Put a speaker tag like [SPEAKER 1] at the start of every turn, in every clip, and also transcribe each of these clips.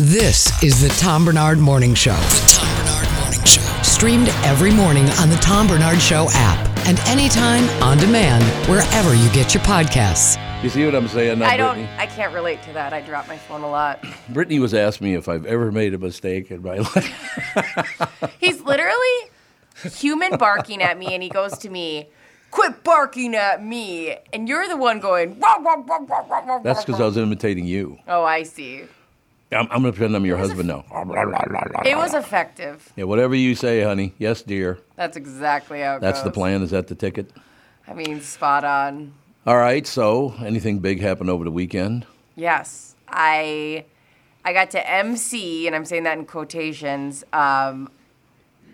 [SPEAKER 1] This is the Tom Bernard Morning Show. The Tom Bernard Morning Show. Streamed every morning on the Tom Bernard Show app and anytime on demand wherever you get your podcasts.
[SPEAKER 2] You see what I'm saying? Now,
[SPEAKER 3] I don't.
[SPEAKER 2] Brittany?
[SPEAKER 3] I can't relate to that. I drop my phone a lot.
[SPEAKER 2] Brittany was asking me if I've ever made a mistake in my life.
[SPEAKER 3] He's literally human barking at me, and he goes to me, "Quit barking at me!" And you're the one going. Wah, wah, wah, wah, wah, wah,
[SPEAKER 2] That's because I was imitating you.
[SPEAKER 3] Oh, I see.
[SPEAKER 2] I'm, I'm going to pretend I'm your husband now.
[SPEAKER 3] It was effective.
[SPEAKER 2] Yeah, whatever you say, honey. Yes, dear.
[SPEAKER 3] That's exactly how. It
[SPEAKER 2] That's the
[SPEAKER 3] goes.
[SPEAKER 2] plan. Is that the ticket?
[SPEAKER 3] I mean, spot on.
[SPEAKER 2] All right. So, anything big happened over the weekend?
[SPEAKER 3] Yes, I I got to MC, and I'm saying that in quotations. Um,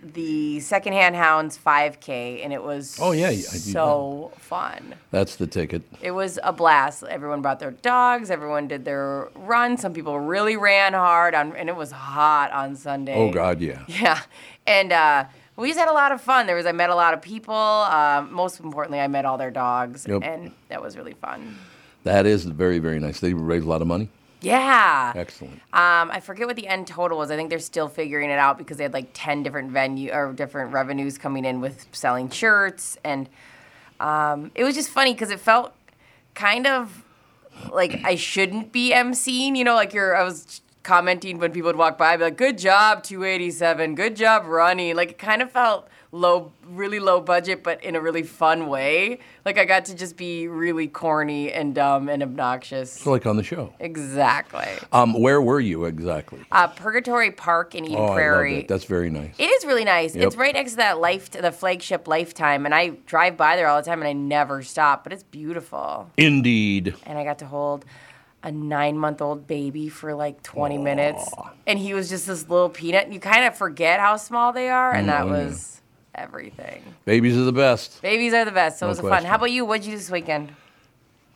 [SPEAKER 3] the Secondhand Hounds 5K, and it was
[SPEAKER 2] Oh, yeah, yeah, I do
[SPEAKER 3] so fun.
[SPEAKER 2] That's the ticket.
[SPEAKER 3] It was a blast. Everyone brought their dogs. Everyone did their run. Some people really ran hard on, and it was hot on Sunday.
[SPEAKER 2] Oh God, yeah.
[SPEAKER 3] Yeah, and uh, we just had a lot of fun. There was I met a lot of people. Um, most importantly, I met all their dogs,
[SPEAKER 2] Yep.
[SPEAKER 3] and that was really fun.
[SPEAKER 2] That is very, very nice. They raised a lot of money.
[SPEAKER 3] Yeah.
[SPEAKER 2] Excellent.
[SPEAKER 3] Um, I forget what the end total was. I think they're still figuring it out because they had like ten different venue or different revenues coming in with selling shirts, and um, it was just funny because it felt kind of like I shouldn't be emceeing. You know, like you're. I was commenting when people would walk by, I'd be like, "Good job, 287. Good job, running." Like it kind of felt low, really low budget, but in a really fun way. Like I got to just be really corny and dumb and obnoxious.
[SPEAKER 2] It's like on the show.
[SPEAKER 3] Exactly.
[SPEAKER 2] Um, where were you exactly?
[SPEAKER 3] Uh, Purgatory Park in Eden
[SPEAKER 2] oh, I
[SPEAKER 3] Prairie.
[SPEAKER 2] love that. That's very nice.
[SPEAKER 3] it is really nice. It's
[SPEAKER 2] Yep.
[SPEAKER 3] right next to that life, the flagship Lifetime, and I drive by there all the time, and I never stop. But it's beautiful,
[SPEAKER 2] Indeed.
[SPEAKER 3] and I got to hold a nine-month-old baby for like 20 minutes, and he was just this little peanut. And you kind of forget how small they are, and that
[SPEAKER 2] oh, yeah.
[SPEAKER 3] was everything.
[SPEAKER 2] Babies are the best.
[SPEAKER 3] Babies are the best. So
[SPEAKER 2] No
[SPEAKER 3] it was fun.
[SPEAKER 2] question.
[SPEAKER 3] How about you? What'd you do this weekend?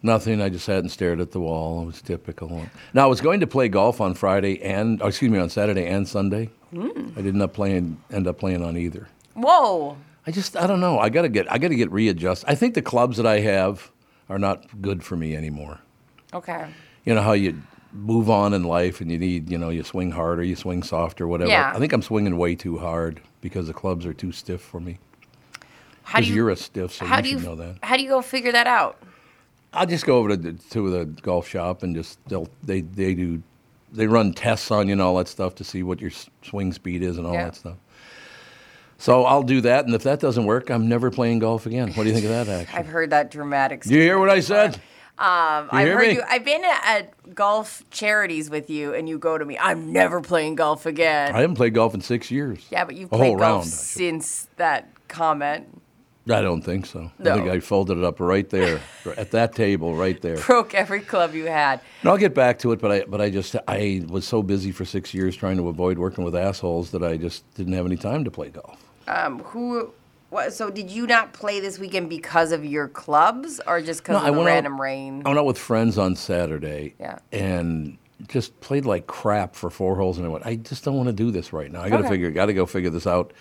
[SPEAKER 2] Nothing. I just sat and stared at the wall. It was typical. Now I was going to play golf on Friday and, oh, excuse me, on Saturday and Sunday.
[SPEAKER 3] Hmm.
[SPEAKER 2] I did not play and end up playing on either.
[SPEAKER 3] Whoa.
[SPEAKER 2] I just, I don't know. I gotta get, I gotta get readjusted. I think the clubs that I have are not good for me anymore.
[SPEAKER 3] Okay.
[SPEAKER 2] You know how you move on in life and you need, you know, you swing harder, you swing softer, whatever.
[SPEAKER 3] Yeah.
[SPEAKER 2] I think I'm swinging way too hard because the clubs are too stiff for me.
[SPEAKER 3] How
[SPEAKER 2] Because you're a stiff, so
[SPEAKER 3] how
[SPEAKER 2] you
[SPEAKER 3] do
[SPEAKER 2] should
[SPEAKER 3] you
[SPEAKER 2] know that.
[SPEAKER 3] how do you go figure that out?
[SPEAKER 2] I'll just go over to the, to the golf shop and just they'll they they do they run tests on you and all that stuff to see what your s- swing speed is and all
[SPEAKER 3] Yeah.
[SPEAKER 2] that stuff. So I'll do that, and if that doesn't work, I'm never playing golf again. What do you think of that action?
[SPEAKER 3] I've heard that dramatic.
[SPEAKER 2] Do you hear what I said?
[SPEAKER 3] Um, I've
[SPEAKER 2] hear
[SPEAKER 3] heard
[SPEAKER 2] me?
[SPEAKER 3] you. I've been at golf charities with you, and you go to me. I'm never playing golf again.
[SPEAKER 2] I haven't played golf in six years.
[SPEAKER 3] yeah, but you've
[SPEAKER 2] a whole
[SPEAKER 3] played golf
[SPEAKER 2] round. I should-
[SPEAKER 3] since that comment
[SPEAKER 2] I don't think so.
[SPEAKER 3] No.
[SPEAKER 2] I think I folded it up right there at that table right there.
[SPEAKER 3] broke every club you had.
[SPEAKER 2] And I'll get back to it, but I but I just I was so busy for six years trying to avoid working with assholes that I just didn't have any time to play golf.
[SPEAKER 3] Um, who? What, so did you not play this weekend because of your clubs, or just because of the random
[SPEAKER 2] out,
[SPEAKER 3] rain?
[SPEAKER 2] I went out with friends on Saturday.
[SPEAKER 3] Yeah.
[SPEAKER 2] And just played like crap for four holes, and I went, I just don't want to do this right now. I got to
[SPEAKER 3] Okay.
[SPEAKER 2] figure, got to go figure this out.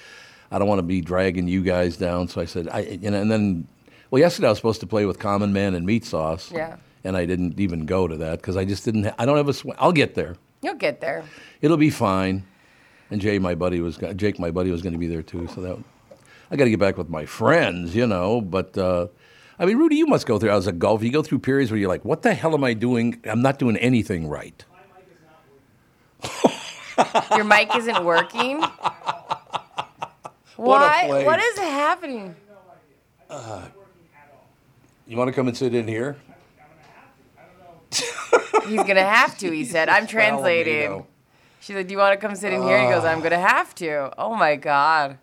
[SPEAKER 2] I don't want to be dragging you guys down. So I said, I you know, and then, well, yesterday I was supposed to play with Common Man and Meat Sauce.
[SPEAKER 3] Yeah.
[SPEAKER 2] And I didn't even go to that because I just didn't. Ha- I don't have a. Sw- I'll get there.
[SPEAKER 3] You'll get there.
[SPEAKER 2] It'll be fine. And Jay, my buddy, was go- Jake, my buddy, was going to be there too. So that I got to get back with my friends, you know. But uh, I mean, Rudy, you must go through as a golfer. You go through periods where you're like, "What the hell am I doing? I'm not doing anything right."
[SPEAKER 3] Your mic isn't working.
[SPEAKER 2] What a
[SPEAKER 3] Why-
[SPEAKER 2] place.
[SPEAKER 3] What is happening?
[SPEAKER 2] You want to come and sit in here?
[SPEAKER 3] He's gonna have to. He said, "I'm translating."
[SPEAKER 2] Palomino.
[SPEAKER 3] She's like, "Do you want to come sit in here?" He goes, "I'm gonna have to." Oh my god.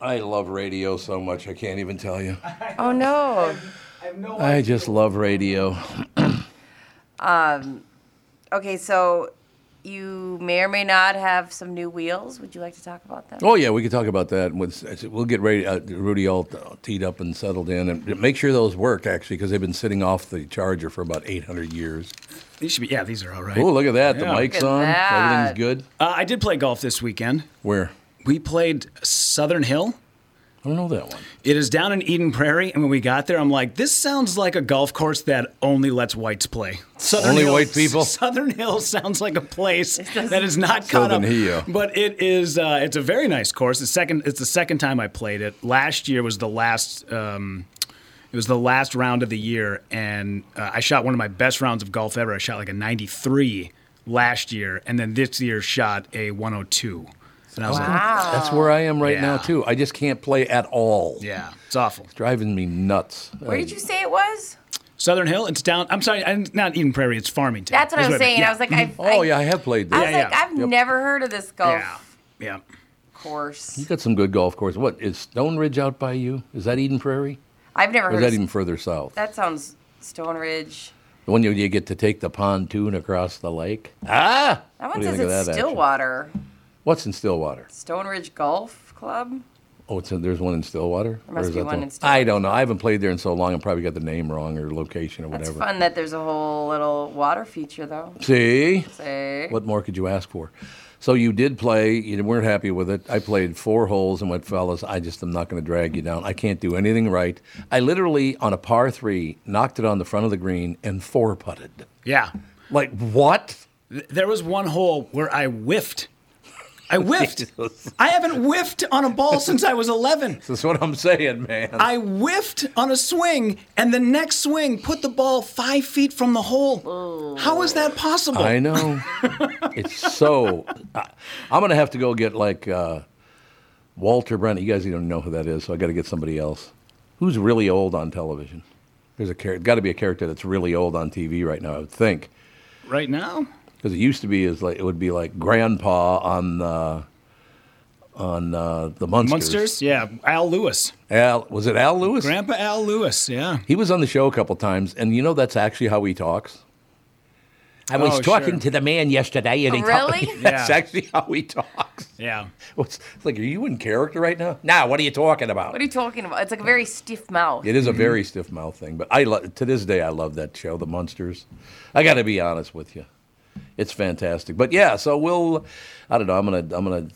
[SPEAKER 2] I love radio so much. I can't even tell you.
[SPEAKER 3] Oh no.
[SPEAKER 2] I just love radio.
[SPEAKER 3] Okay, so you may or may not have some new wheels. Would you like to talk about them?
[SPEAKER 2] Oh yeah, we could talk about that. With- We'll get ready, uh, Rudy all teed up and settled in, and make sure those work actually, because they've been sitting off the charger for about 800 years.
[SPEAKER 4] These should be, yeah, these are all right.
[SPEAKER 2] Oh, look at that.
[SPEAKER 4] Yeah.
[SPEAKER 2] The mic's
[SPEAKER 3] Look at
[SPEAKER 2] on.
[SPEAKER 3] that.
[SPEAKER 2] Everything's good.
[SPEAKER 4] Uh, I did play golf this weekend.
[SPEAKER 2] Where?
[SPEAKER 4] We played Southern Hill
[SPEAKER 2] I don't know that one.
[SPEAKER 4] It is down in Eden Prairie, and when we got there, I'm like, this sounds like a golf course that only lets whites play. Southern
[SPEAKER 2] Only
[SPEAKER 4] Hills-
[SPEAKER 2] white people?
[SPEAKER 4] Southern Hills sounds like a place that is not caught
[SPEAKER 2] Southern
[SPEAKER 4] up.
[SPEAKER 2] Hill.
[SPEAKER 4] But it is. Uh, it's a very nice course. It's second. It's the second time I played it. Last year was the last. Um, it was the last round of the year, and uh, I shot one of my best rounds of golf ever. I shot like a 93 last year, and then this year shot a 102. And I was like,
[SPEAKER 3] Wow.
[SPEAKER 2] That's where I am right now
[SPEAKER 4] Yeah.
[SPEAKER 2] too. I just can't play at all.
[SPEAKER 4] yeah, it's awful.
[SPEAKER 2] Driving me nuts.
[SPEAKER 3] Where did you say it was?
[SPEAKER 4] Southern Hill. It's down. I'm sorry, I- not Eden Prairie. It's Farmington.
[SPEAKER 3] That's what I
[SPEAKER 4] Is
[SPEAKER 3] was saying.
[SPEAKER 4] meant.
[SPEAKER 3] I was like, I've,
[SPEAKER 2] Oh
[SPEAKER 3] I,
[SPEAKER 2] yeah, I have played
[SPEAKER 3] I
[SPEAKER 2] there.
[SPEAKER 3] was
[SPEAKER 4] Yeah,
[SPEAKER 3] like,
[SPEAKER 4] yeah.
[SPEAKER 3] I've never heard of this golf
[SPEAKER 4] yeah, yeah, yeah.
[SPEAKER 3] course.
[SPEAKER 2] You got some good golf course. What is Stone Ridge out by you? Is that Eden Prairie?
[SPEAKER 3] I've never
[SPEAKER 2] Or is
[SPEAKER 3] heard. Of,
[SPEAKER 2] that even further south?
[SPEAKER 3] that sounds Stone Ridge.
[SPEAKER 2] The one you, you get to take the pontoon across the lake. Ah!
[SPEAKER 3] That
[SPEAKER 2] What
[SPEAKER 3] one
[SPEAKER 2] do you
[SPEAKER 3] says
[SPEAKER 2] think of
[SPEAKER 3] it's
[SPEAKER 2] that action?
[SPEAKER 3] Stillwater.
[SPEAKER 2] What's in Stillwater?
[SPEAKER 3] Stone Ridge Golf Club.
[SPEAKER 2] Oh, it's there's one in Stillwater. There
[SPEAKER 3] must be one in
[SPEAKER 2] I don't know. I haven't played there in so long. I probably got the name wrong or location or
[SPEAKER 3] That's
[SPEAKER 2] whatever.
[SPEAKER 3] fun that there's a whole little water feature though.
[SPEAKER 2] See,
[SPEAKER 3] Say,
[SPEAKER 2] what more could you ask for? So you did play. You weren't happy with it. I played four holes and went, fellas. I just am not going to drag you down. I can't do anything right. I literally on a par three knocked it on the front of the green and four putted.
[SPEAKER 4] yeah.
[SPEAKER 2] Like what?
[SPEAKER 4] There was one hole where I whiffed. I whiffed. I haven't whiffed on a ball since I was 11.
[SPEAKER 2] That's what I'm saying, man.
[SPEAKER 4] I whiffed on a swing, and the next swing put the ball five feet from the hole. How is that possible?
[SPEAKER 2] I know. it's so. I, I'm gonna have to go get like uh, Walter Brennan. You guys don't know who that is, so I got to get somebody else. Who's really old on television? There's a character. Got to be a character that's really old on TV right now. I would think
[SPEAKER 4] Right now?
[SPEAKER 2] because it used to be is like it would be like Grandpa on the on uh, the Munsters.
[SPEAKER 4] Munsters? Yeah. Al Lewis.
[SPEAKER 2] Al was it Al Lewis?
[SPEAKER 4] Grandpa Al Lewis. Yeah.
[SPEAKER 2] He was on the show a couple times, and you know that's actually how he talks. I was
[SPEAKER 4] Oh,
[SPEAKER 2] talking
[SPEAKER 4] sure.
[SPEAKER 2] to the man yesterday, and he talked.
[SPEAKER 3] Oh, Really?
[SPEAKER 2] that's
[SPEAKER 4] Yeah.
[SPEAKER 2] actually how he talks.
[SPEAKER 4] Yeah.
[SPEAKER 2] What's, it's like, are you in character right now? Nah, what are you talking about?
[SPEAKER 3] what are you talking about? It's like a very stiff mouth.
[SPEAKER 2] it is a
[SPEAKER 3] Mm-hmm.
[SPEAKER 2] very stiff mouth thing, but I lo- to this day I love that show, The Munsters. I got to be honest with you, it's fantastic. But yeah, so we'll, I don't know, I'm gonna I'm gonna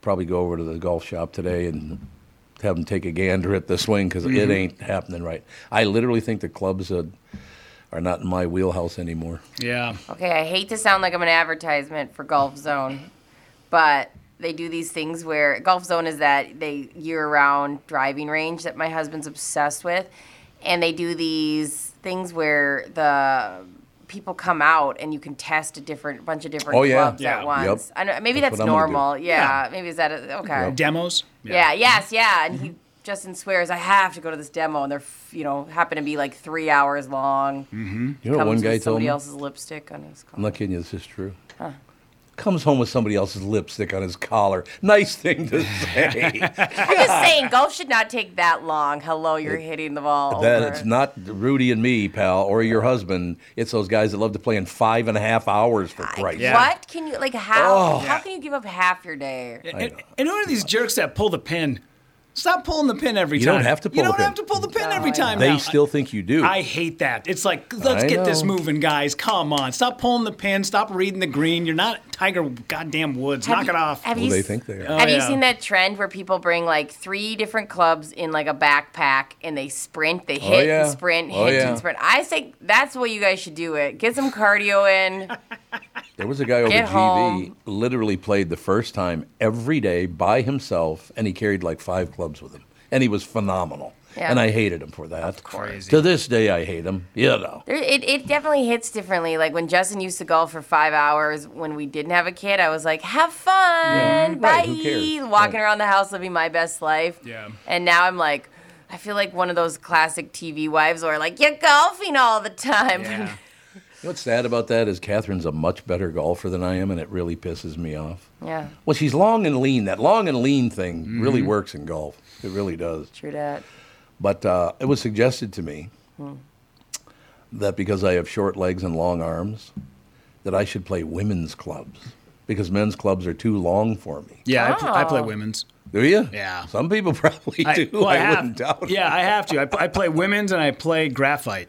[SPEAKER 2] probably go over to the golf shop today and have them take a gander at the swing because
[SPEAKER 3] Mm-hmm.
[SPEAKER 2] it ain't happening right. I literally think the clubs uh, are not in my wheelhouse anymore.
[SPEAKER 4] Yeah.
[SPEAKER 3] Okay, I hate to sound like I'm an advertisement for Golf Zone, but they do these things where Golf Zone is that they year-round driving range that my husband's obsessed with, and they do these things where the people come out and you can test a different bunch of different
[SPEAKER 2] Oh, yeah.
[SPEAKER 3] clubs
[SPEAKER 4] Yeah.
[SPEAKER 3] at once.
[SPEAKER 2] Yep.
[SPEAKER 3] I know, maybe
[SPEAKER 2] That's
[SPEAKER 3] that's,
[SPEAKER 2] what I'm gonna do.
[SPEAKER 3] normal. Yeah,
[SPEAKER 4] Yeah.
[SPEAKER 3] maybe is that a, okay?
[SPEAKER 4] Demos?
[SPEAKER 3] Yeah. Yes. Yeah. And
[SPEAKER 2] Mm-hmm.
[SPEAKER 3] he Justin swears I have to go to this demo, and they're f- you know happen to be like three hours long.
[SPEAKER 2] You know, what
[SPEAKER 3] Comes
[SPEAKER 2] Mm-hmm. one
[SPEAKER 3] with
[SPEAKER 2] guy told
[SPEAKER 3] somebody
[SPEAKER 2] me.
[SPEAKER 3] else's lipstick on his.
[SPEAKER 2] I'm not kidding you. This is true. Comes home with somebody else's lipstick on his collar. Nice thing to say.
[SPEAKER 3] I'm just saying, golf should not take that long. Hello, you're hitting the ball.
[SPEAKER 2] that
[SPEAKER 3] over.
[SPEAKER 2] it's not Rudy and me, pal, or your husband. It's those guys that love to play in five and a half hours for
[SPEAKER 3] Like,
[SPEAKER 2] Christ.
[SPEAKER 4] Yeah.
[SPEAKER 3] What can you like? How
[SPEAKER 2] Oh.
[SPEAKER 3] how can you give up half your day?
[SPEAKER 4] And, and who are these jerks that pull the pin? Stop pulling the pin every
[SPEAKER 2] You
[SPEAKER 4] time.
[SPEAKER 2] don't have to pull
[SPEAKER 4] You
[SPEAKER 2] the
[SPEAKER 4] don't
[SPEAKER 2] pin.
[SPEAKER 4] have to pull the pin every
[SPEAKER 3] I
[SPEAKER 4] time.
[SPEAKER 2] They
[SPEAKER 4] now.
[SPEAKER 2] still think you do.
[SPEAKER 4] I hate that. It's like, let's
[SPEAKER 2] I
[SPEAKER 4] get this
[SPEAKER 2] know.
[SPEAKER 4] moving, guys. Come on. Stop pulling the pin. Stop reading the green. You're not Tiger goddamn Woods.
[SPEAKER 3] Have
[SPEAKER 4] Knock
[SPEAKER 3] you-
[SPEAKER 4] it off.
[SPEAKER 3] Have
[SPEAKER 2] well,
[SPEAKER 3] you
[SPEAKER 2] they
[SPEAKER 3] s-
[SPEAKER 2] think they are.
[SPEAKER 4] Oh,
[SPEAKER 3] Have you
[SPEAKER 4] yeah.
[SPEAKER 3] seen that trend where people bring like three different clubs in like a backpack and they sprint, they hit
[SPEAKER 2] yeah.
[SPEAKER 3] and sprint,
[SPEAKER 2] Oh,
[SPEAKER 3] hit
[SPEAKER 2] yeah.
[SPEAKER 3] and sprint? I think that's the way you guys should do it. Get some cardio in.
[SPEAKER 2] There was a guy over
[SPEAKER 3] Get
[SPEAKER 2] GV
[SPEAKER 3] home.
[SPEAKER 2] literally played the first time every day by himself, and he carried like five clubs with him, and he was phenomenal.
[SPEAKER 3] Yeah.
[SPEAKER 2] And I hated him for that. Of
[SPEAKER 4] course.
[SPEAKER 2] To this day, I hate him. You know.
[SPEAKER 3] There- It, it definitely hits differently. Like when Justin used to golf for five hours when we didn't have a kid, I was like, have fun. Bye.
[SPEAKER 2] Right, who cares?
[SPEAKER 3] Walking
[SPEAKER 2] Right.
[SPEAKER 3] around the house living my best life.
[SPEAKER 4] Yeah.
[SPEAKER 3] And now I'm like, I feel like one of those classic TV wives who are like, you're golfing all the time.
[SPEAKER 4] Yeah.
[SPEAKER 2] You know what's sad about that is Catherine's a much better golfer than I am, and it really pisses me off.
[SPEAKER 3] Yeah,
[SPEAKER 2] Well, she's long and lean. That long and lean thing
[SPEAKER 4] Mm-hmm.
[SPEAKER 2] really works in golf. It really does.
[SPEAKER 3] true that.
[SPEAKER 2] But uh, it was suggested to me
[SPEAKER 4] Hmm.
[SPEAKER 2] that because I have short legs and long arms, that I should play women's clubs because men's clubs are too long for me.
[SPEAKER 4] yeah, I, pl- I
[SPEAKER 3] Oh.
[SPEAKER 4] play women's.
[SPEAKER 2] Do you?
[SPEAKER 4] Yeah.
[SPEAKER 2] Some people probably do.
[SPEAKER 4] well,
[SPEAKER 2] I,
[SPEAKER 4] have-
[SPEAKER 2] wouldn't doubt it.
[SPEAKER 4] Yeah, I have to. I, pl- I play women's and I play graphite.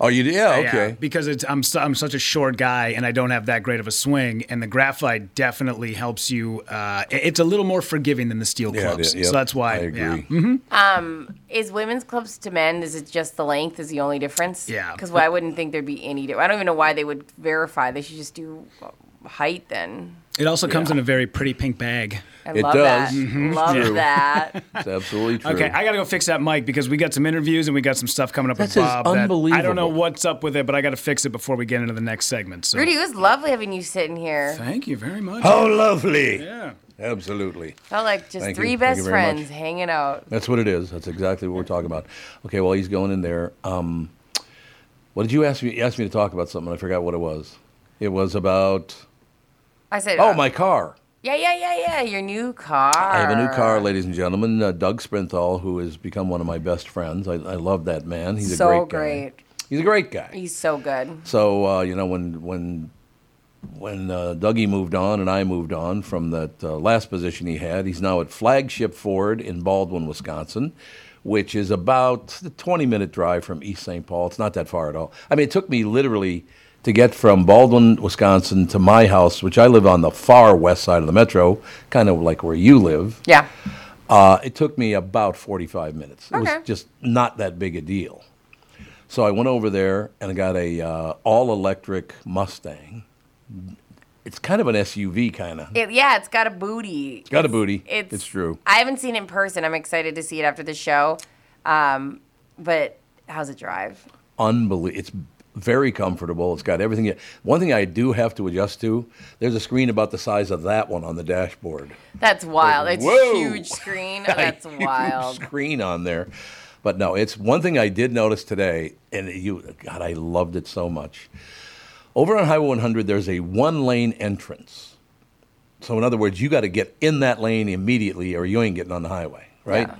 [SPEAKER 2] Oh, you did? Yeah,
[SPEAKER 4] Yeah,
[SPEAKER 2] okay.
[SPEAKER 4] because it's I'm su- I'm such a short guy and I don't have that great of a swing, and the graphite definitely helps you. Uh, it- it's a little more forgiving than the steel
[SPEAKER 2] Yeah, it
[SPEAKER 4] clubs,
[SPEAKER 2] is, yep.
[SPEAKER 4] so that's why.
[SPEAKER 2] I agree.
[SPEAKER 4] Yeah. Mm-hmm.
[SPEAKER 3] Is women's clubs to men? Is it just the length? Is the only difference?
[SPEAKER 4] Yeah.
[SPEAKER 3] Because I wouldn't think there'd be any. di- I don't even know why they would verify. They should just do uh, height then.
[SPEAKER 4] It also comes in a very pretty pink bag.
[SPEAKER 3] I
[SPEAKER 2] It
[SPEAKER 3] love that.
[SPEAKER 2] does. Mm-hmm.
[SPEAKER 3] Love
[SPEAKER 2] True.
[SPEAKER 3] that.
[SPEAKER 2] It's absolutely true.
[SPEAKER 4] Okay, I gotta go fix that mic because we got some interviews and we got some stuff coming up
[SPEAKER 2] This
[SPEAKER 4] with
[SPEAKER 2] is
[SPEAKER 4] Bob. that- I don't know
[SPEAKER 2] unbelievable.
[SPEAKER 4] what's up with it, but I gotta fix it before we get into the next segment. So,
[SPEAKER 3] Rudy, it was lovely having you sitting here.
[SPEAKER 4] thank you very much.
[SPEAKER 2] How lovely.
[SPEAKER 4] Yeah.
[SPEAKER 2] Absolutely.
[SPEAKER 3] Felt like just
[SPEAKER 2] Thank you.
[SPEAKER 3] three
[SPEAKER 2] Thank
[SPEAKER 3] best
[SPEAKER 2] you very
[SPEAKER 3] friends
[SPEAKER 2] much.
[SPEAKER 3] hanging out.
[SPEAKER 2] That's what it is. That's exactly what we're talking about. Okay, well, he's going in there. Um, what did you ask me? You asked me to talk about something. I forgot what it was. It was about,
[SPEAKER 3] I said,
[SPEAKER 2] oh, my car.
[SPEAKER 3] Yeah, yeah, yeah, yeah. Your new car.
[SPEAKER 2] I have a new car, ladies and gentlemen. Uh, Doug Sprinthal, who has become one of my best friends. I, I love that man. He's
[SPEAKER 3] So
[SPEAKER 2] a great guy.
[SPEAKER 3] great.
[SPEAKER 2] He's a great guy.
[SPEAKER 3] He's so good.
[SPEAKER 2] So uh, you know when when when uh, Dougie moved on and I moved on from that uh, last position he had, he's now at Flagship Ford in Baldwin, Wisconsin, which is about a 20 minute drive from East St. Paul. It's not that far at all. I mean, it took me literally to get from Baldwin, Wisconsin to my house, which I live on the far west side of the metro, kind of like where you live.
[SPEAKER 3] Yeah.
[SPEAKER 2] Uh, it took me about 45 minutes. It
[SPEAKER 3] Okay.
[SPEAKER 2] was just not that big a deal. So I went over there and I got a uh, all electric Mustang. It's kind of an SUV, kind of.
[SPEAKER 3] It, yeah, it's got a booty.
[SPEAKER 2] Got a booty.
[SPEAKER 3] It's,
[SPEAKER 2] true.
[SPEAKER 3] I haven't seen it in person. I'm excited to see it after the show. Um, but how's it drive?
[SPEAKER 2] Unbelievable. It's very comfortable. It's got everything. you- One thing I do have to adjust to there's a screen about the size of that one on the dashboard.
[SPEAKER 3] That's wild. It's
[SPEAKER 2] whoa.
[SPEAKER 3] a huge screen.
[SPEAKER 2] a
[SPEAKER 3] That's
[SPEAKER 2] huge
[SPEAKER 3] wild.
[SPEAKER 2] screen on there. But no, it's one thing I did notice today, and you, God, I loved it so much. Over on Highway 100, there's a one lane entrance. So, in other words, you got to get in that lane immediately, or you ain't getting on the highway, right?
[SPEAKER 3] Yeah.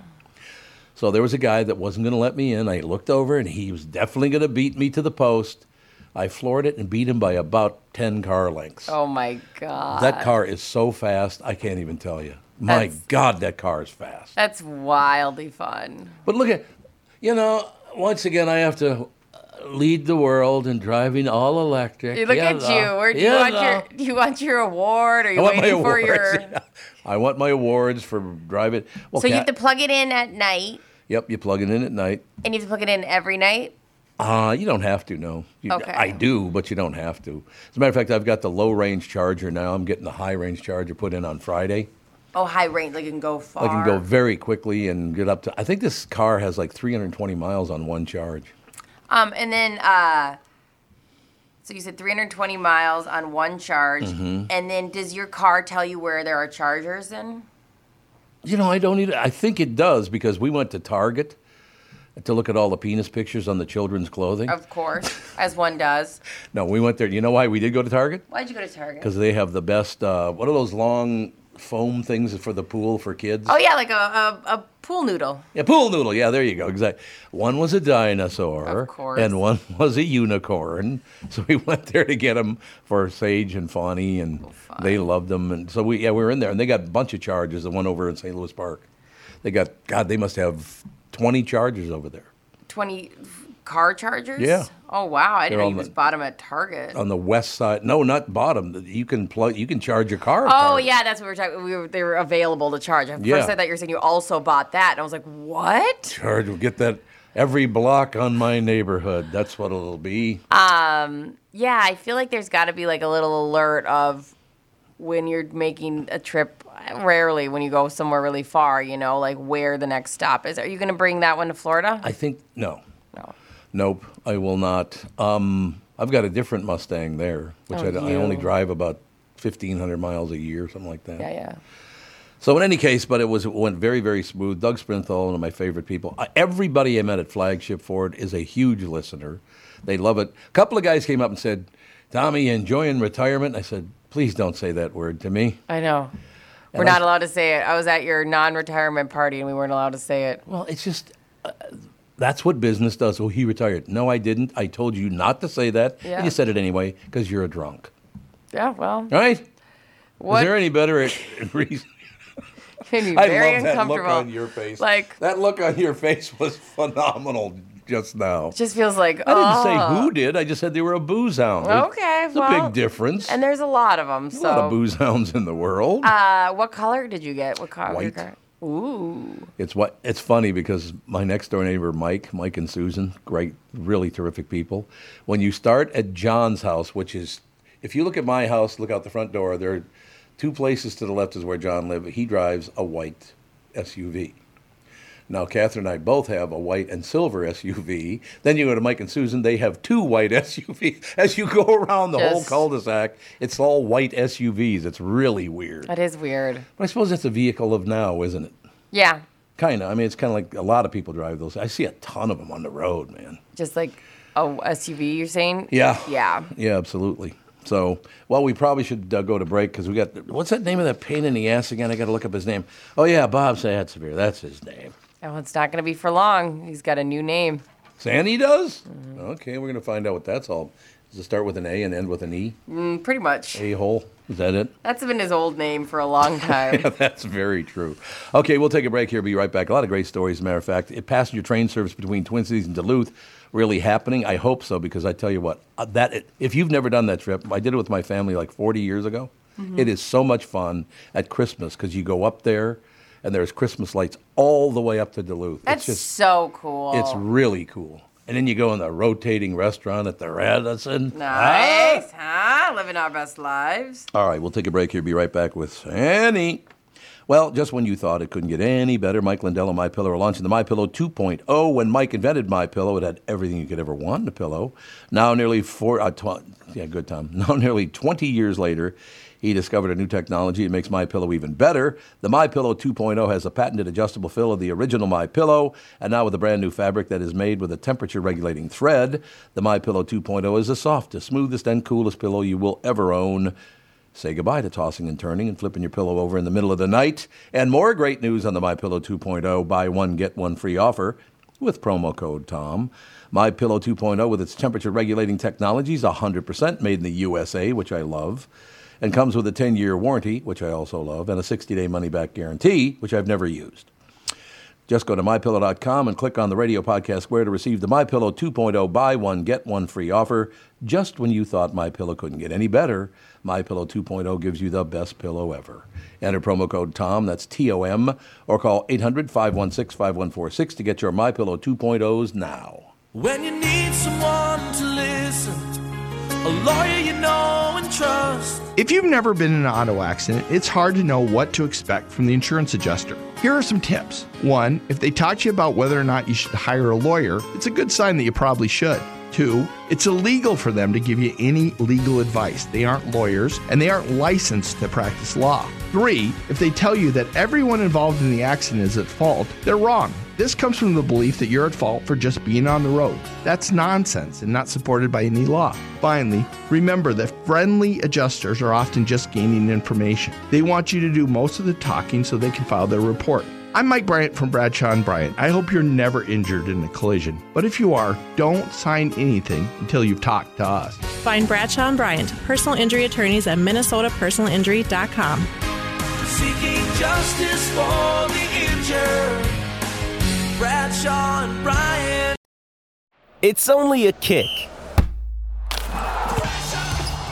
[SPEAKER 2] So, there was a guy that wasn't going to let me in. I looked over, and he was definitely going to beat me to the post. I floored it and beat him by about 10 car lengths.
[SPEAKER 3] Oh my god.
[SPEAKER 2] That car is so fast, I can't even tell you. My
[SPEAKER 3] That's-
[SPEAKER 2] God, that car is fast.
[SPEAKER 3] That's wildly fun.
[SPEAKER 2] But look at, you know, once again, I have to uh, lead the world in driving all electric.
[SPEAKER 3] You look
[SPEAKER 2] Yeah,
[SPEAKER 3] at
[SPEAKER 2] though.
[SPEAKER 3] you. Where do you
[SPEAKER 2] Yeah,
[SPEAKER 3] want
[SPEAKER 2] though.
[SPEAKER 3] your do you want your award? Are
[SPEAKER 2] I
[SPEAKER 3] you
[SPEAKER 2] want my
[SPEAKER 3] waiting for
[SPEAKER 2] awards.
[SPEAKER 3] your
[SPEAKER 2] yeah. I want my awards for driving. Well,
[SPEAKER 3] So you have
[SPEAKER 2] Kat-
[SPEAKER 3] to plug it in at night
[SPEAKER 2] Yep, you plug it in at night.
[SPEAKER 3] and you have to plug it in every night?
[SPEAKER 2] Uh, you don't have to, no. You,
[SPEAKER 3] Okay.
[SPEAKER 2] I do, but you don't have to. As a matter of fact, I've got the low range charger now. I'm getting the high range charger put in on Friday.
[SPEAKER 3] Oh high range, like you can go far.
[SPEAKER 2] I can go very quickly and get up to. I think this car has like 320 miles on one charge.
[SPEAKER 3] Um, and then uh, so you said 320 miles on one charge,
[SPEAKER 2] Mm-hmm.
[SPEAKER 3] and then does your car tell you where there are chargers? Then
[SPEAKER 2] You know, I don't need. I think it does because we went to Target to look at all the penis pictures on the children's clothing.
[SPEAKER 3] of course, as one does.
[SPEAKER 2] No, we went there. You know why we did go to Target?
[SPEAKER 3] Why'd you go to Target?
[SPEAKER 2] Because they have the best. Uh, what are those long foam things for the pool for kids?
[SPEAKER 3] Oh yeah, like a, a, a pool noodle.
[SPEAKER 2] Yeah, pool noodle. Yeah, there you go. Exactly. One was a dinosaur,
[SPEAKER 3] Of course.
[SPEAKER 2] and one was a unicorn. So we went there to get them for Sage and Fawny,
[SPEAKER 3] Oh,
[SPEAKER 2] and they loved them. And so we, yeah, we were in there, and they got a bunch of charges. The one over in St. Louis Park, they got God. They must have twenty charges over there
[SPEAKER 3] 20 car chargers.
[SPEAKER 2] Yeah.
[SPEAKER 3] Oh wow, I didn't
[SPEAKER 2] They're
[SPEAKER 3] know
[SPEAKER 2] on
[SPEAKER 3] you was
[SPEAKER 2] the- Oh,
[SPEAKER 3] bottom at Target.
[SPEAKER 2] on the west side. No, not bottom. You can plug. You can charge your car. at
[SPEAKER 3] Oh
[SPEAKER 2] Target.
[SPEAKER 3] yeah, that's what we were talking. We were, they were available to charge. At
[SPEAKER 2] Yeah.
[SPEAKER 3] first, I thought you were saying you also bought that, and I was like, "What?"
[SPEAKER 2] Charge. We'll get that every block on my neighborhood. That's what it'll be.
[SPEAKER 3] Ah. Yeah, I feel like there's got to be like a little alert of when you're making a trip. Rarely, when you go somewhere really far, you know, like where the next stop is. Are you going to bring that one to Florida?
[SPEAKER 2] I think no.
[SPEAKER 3] no.
[SPEAKER 2] Nope, I will not. Um, I've got a different Mustang there, which
[SPEAKER 3] Oh,
[SPEAKER 2] I, I
[SPEAKER 3] you.
[SPEAKER 2] only drive about fifteen hundred miles a year, something like that.
[SPEAKER 3] Yeah, yeah.
[SPEAKER 2] So in any case, but it was it went very very smooth. Doug Sprinthal, one of my favorite people. Uh, Everybody I met at Flagship Ford is a huge listener. They love it. A couple of guys came up and said, "Tommy, you enjoying retirement?" I said, "Please don't say that word to me."
[SPEAKER 3] I know. We're not allowed to say it. I was at your non-retirement party, and we weren't allowed to say it.
[SPEAKER 2] Well, it's just uh, that's what business does. Oh, he retired. No, I didn't. I told you not to say that.
[SPEAKER 3] Yeah.
[SPEAKER 2] And you said it anyway because you're a drunk,
[SPEAKER 3] Yeah, well,
[SPEAKER 2] All right? Is
[SPEAKER 3] what?
[SPEAKER 2] there any better at, at reason?
[SPEAKER 3] can be
[SPEAKER 2] I
[SPEAKER 3] very
[SPEAKER 2] love that look
[SPEAKER 3] uncomfortable.
[SPEAKER 2] on your face.
[SPEAKER 3] Like
[SPEAKER 2] that look on your face was phenomenal, just now.
[SPEAKER 3] Just feels like
[SPEAKER 2] I didn't
[SPEAKER 3] oh.
[SPEAKER 2] say who did. I just said they were a booze hound.
[SPEAKER 3] Okay,
[SPEAKER 2] it's
[SPEAKER 3] well,
[SPEAKER 2] a big difference.
[SPEAKER 3] And there's a lot of them.
[SPEAKER 2] a lot of
[SPEAKER 3] So,
[SPEAKER 2] booze hounds in the world.
[SPEAKER 3] uh, what color did you get? What color?
[SPEAKER 2] White.
[SPEAKER 3] car- Ooh,
[SPEAKER 2] It's what it's funny because my next door neighbor Mike, Mike and Susan, great, really terrific people. When you start at John's house, which is if you look at my house, look out the front door, there are two places to the left is where John lives. He drives a white SUV. Now Catherine and I both have a white and silver SUV. Then you go to Mike and Susan, they have two white SUVs. As you go around the whole
[SPEAKER 3] Just-
[SPEAKER 2] cul-de-sac, it's all white SUVs. It's really weird.
[SPEAKER 3] that is weird.
[SPEAKER 2] But I suppose that's a vehicle of now, isn't it?
[SPEAKER 3] Yeah,
[SPEAKER 2] Kind of. I mean, it's kind of like a lot of people drive those. I see a ton of them on the road, man.
[SPEAKER 3] just like a SUV. You're saying?
[SPEAKER 2] Yeah.
[SPEAKER 3] Yeah.
[SPEAKER 2] Yeah, absolutely. So, well, we probably should uh, go to break because we got what's that name of that pain in the ass again? I got to look up his name. Oh yeah, Bob Sansevier. That's his name.
[SPEAKER 3] Oh, it's not going to be for long. He's got a new name.
[SPEAKER 2] Sandy does. Okay, we're gonna find out what that's all. Does it start with an A and end with an E?
[SPEAKER 3] Mm, Pretty much.
[SPEAKER 2] A hole. Is that it?
[SPEAKER 3] That's been his old name for a long time.
[SPEAKER 2] That's very true. Okay, we'll take a break here. Be right back. A lot of great stories, as a matter of fact. It, passenger train service between Twin Cities and Duluth really happening. I hope so because I tell you what, uh, that if you've never done that trip, I did it with my family like 40 years ago.
[SPEAKER 3] Mm-hmm.
[SPEAKER 2] It is so much fun at Christmas because you go up there and there's Christmas lights all the way up to Duluth.
[SPEAKER 3] That's
[SPEAKER 2] it's just,
[SPEAKER 3] so cool.
[SPEAKER 2] it's really cool. And then you go in the rotating restaurant at the Radisson. Ah!
[SPEAKER 3] nice, huh? Living our best lives.
[SPEAKER 2] All right, we'll take a break here. Be right back with Sandy. Well, just when you thought it couldn't get any better, Mike Lindell and My Pillow are launching the My Pillow 2.0. When Mike invented My Pillow, it had everything you could ever want in a pillow. Now, nearly four, uh, tw- yeah, good time. Now, nearly 20 years later, he discovered a new technology that makes My Pillow even better. The My Pillow 2.0 has a patented adjustable fill of the original My Pillow, and now with a brand new fabric that is made with a temperature-regulating thread. The My Pillow 2.0 is the softest, smoothest, and coolest pillow you will ever own. Say goodbye to tossing and turning and flipping your pillow over in the middle of the night. And more great news on the My Pillow 2.0 buy one, get one free offer with promo code TOM. My Pillow 2.0, with its temperature regulating technologies, 100% made in the USA, which I love, and comes with a 10 year warranty, which I also love, and a 60 day money back guarantee, which I've never used. Just go to mypillow.com and click on the radio podcast square to receive the My Pillow 2.0 buy one get one free offer. Just when you thought My Pillow couldn't get any better, My Pillow 2.0 gives you the best pillow ever. Enter promo code TOM, that's T O M, or call 800-516-5146 to get your My Pillow 2.0s now.
[SPEAKER 5] When you need someone to listen, a lawyer you know and trust.
[SPEAKER 6] If you've never been in an auto accident, it's hard to know what to expect from the insurance adjuster. Here are some tips. One, if they talk to you about whether or not you should hire a lawyer, it's a good sign that you probably should. Two, it's illegal for them to give you any legal advice. They aren't lawyers and they aren't licensed to practice law. Three, if they tell you that everyone involved in the accident is at fault, they're wrong. This comes from the belief that you're at fault for just being on the road. That's nonsense and not supported by any law. Finally, remember that friendly adjusters are often just gaining information. They want you to do most of the talking so they can file their report. I'm Mike Bryant from Bradshaw and Bryant. I hope you're never injured in a collision, but if you are, don't sign anything until you've talked to us.
[SPEAKER 7] Find Bradshaw and Bryant, personal injury attorneys at minnesotapersonalinjury.com.
[SPEAKER 5] Seeking justice for the injured. Bradshaw and Bryant.
[SPEAKER 8] It's only a kick,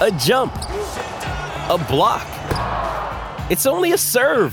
[SPEAKER 8] a jump, a block. It's only a serve.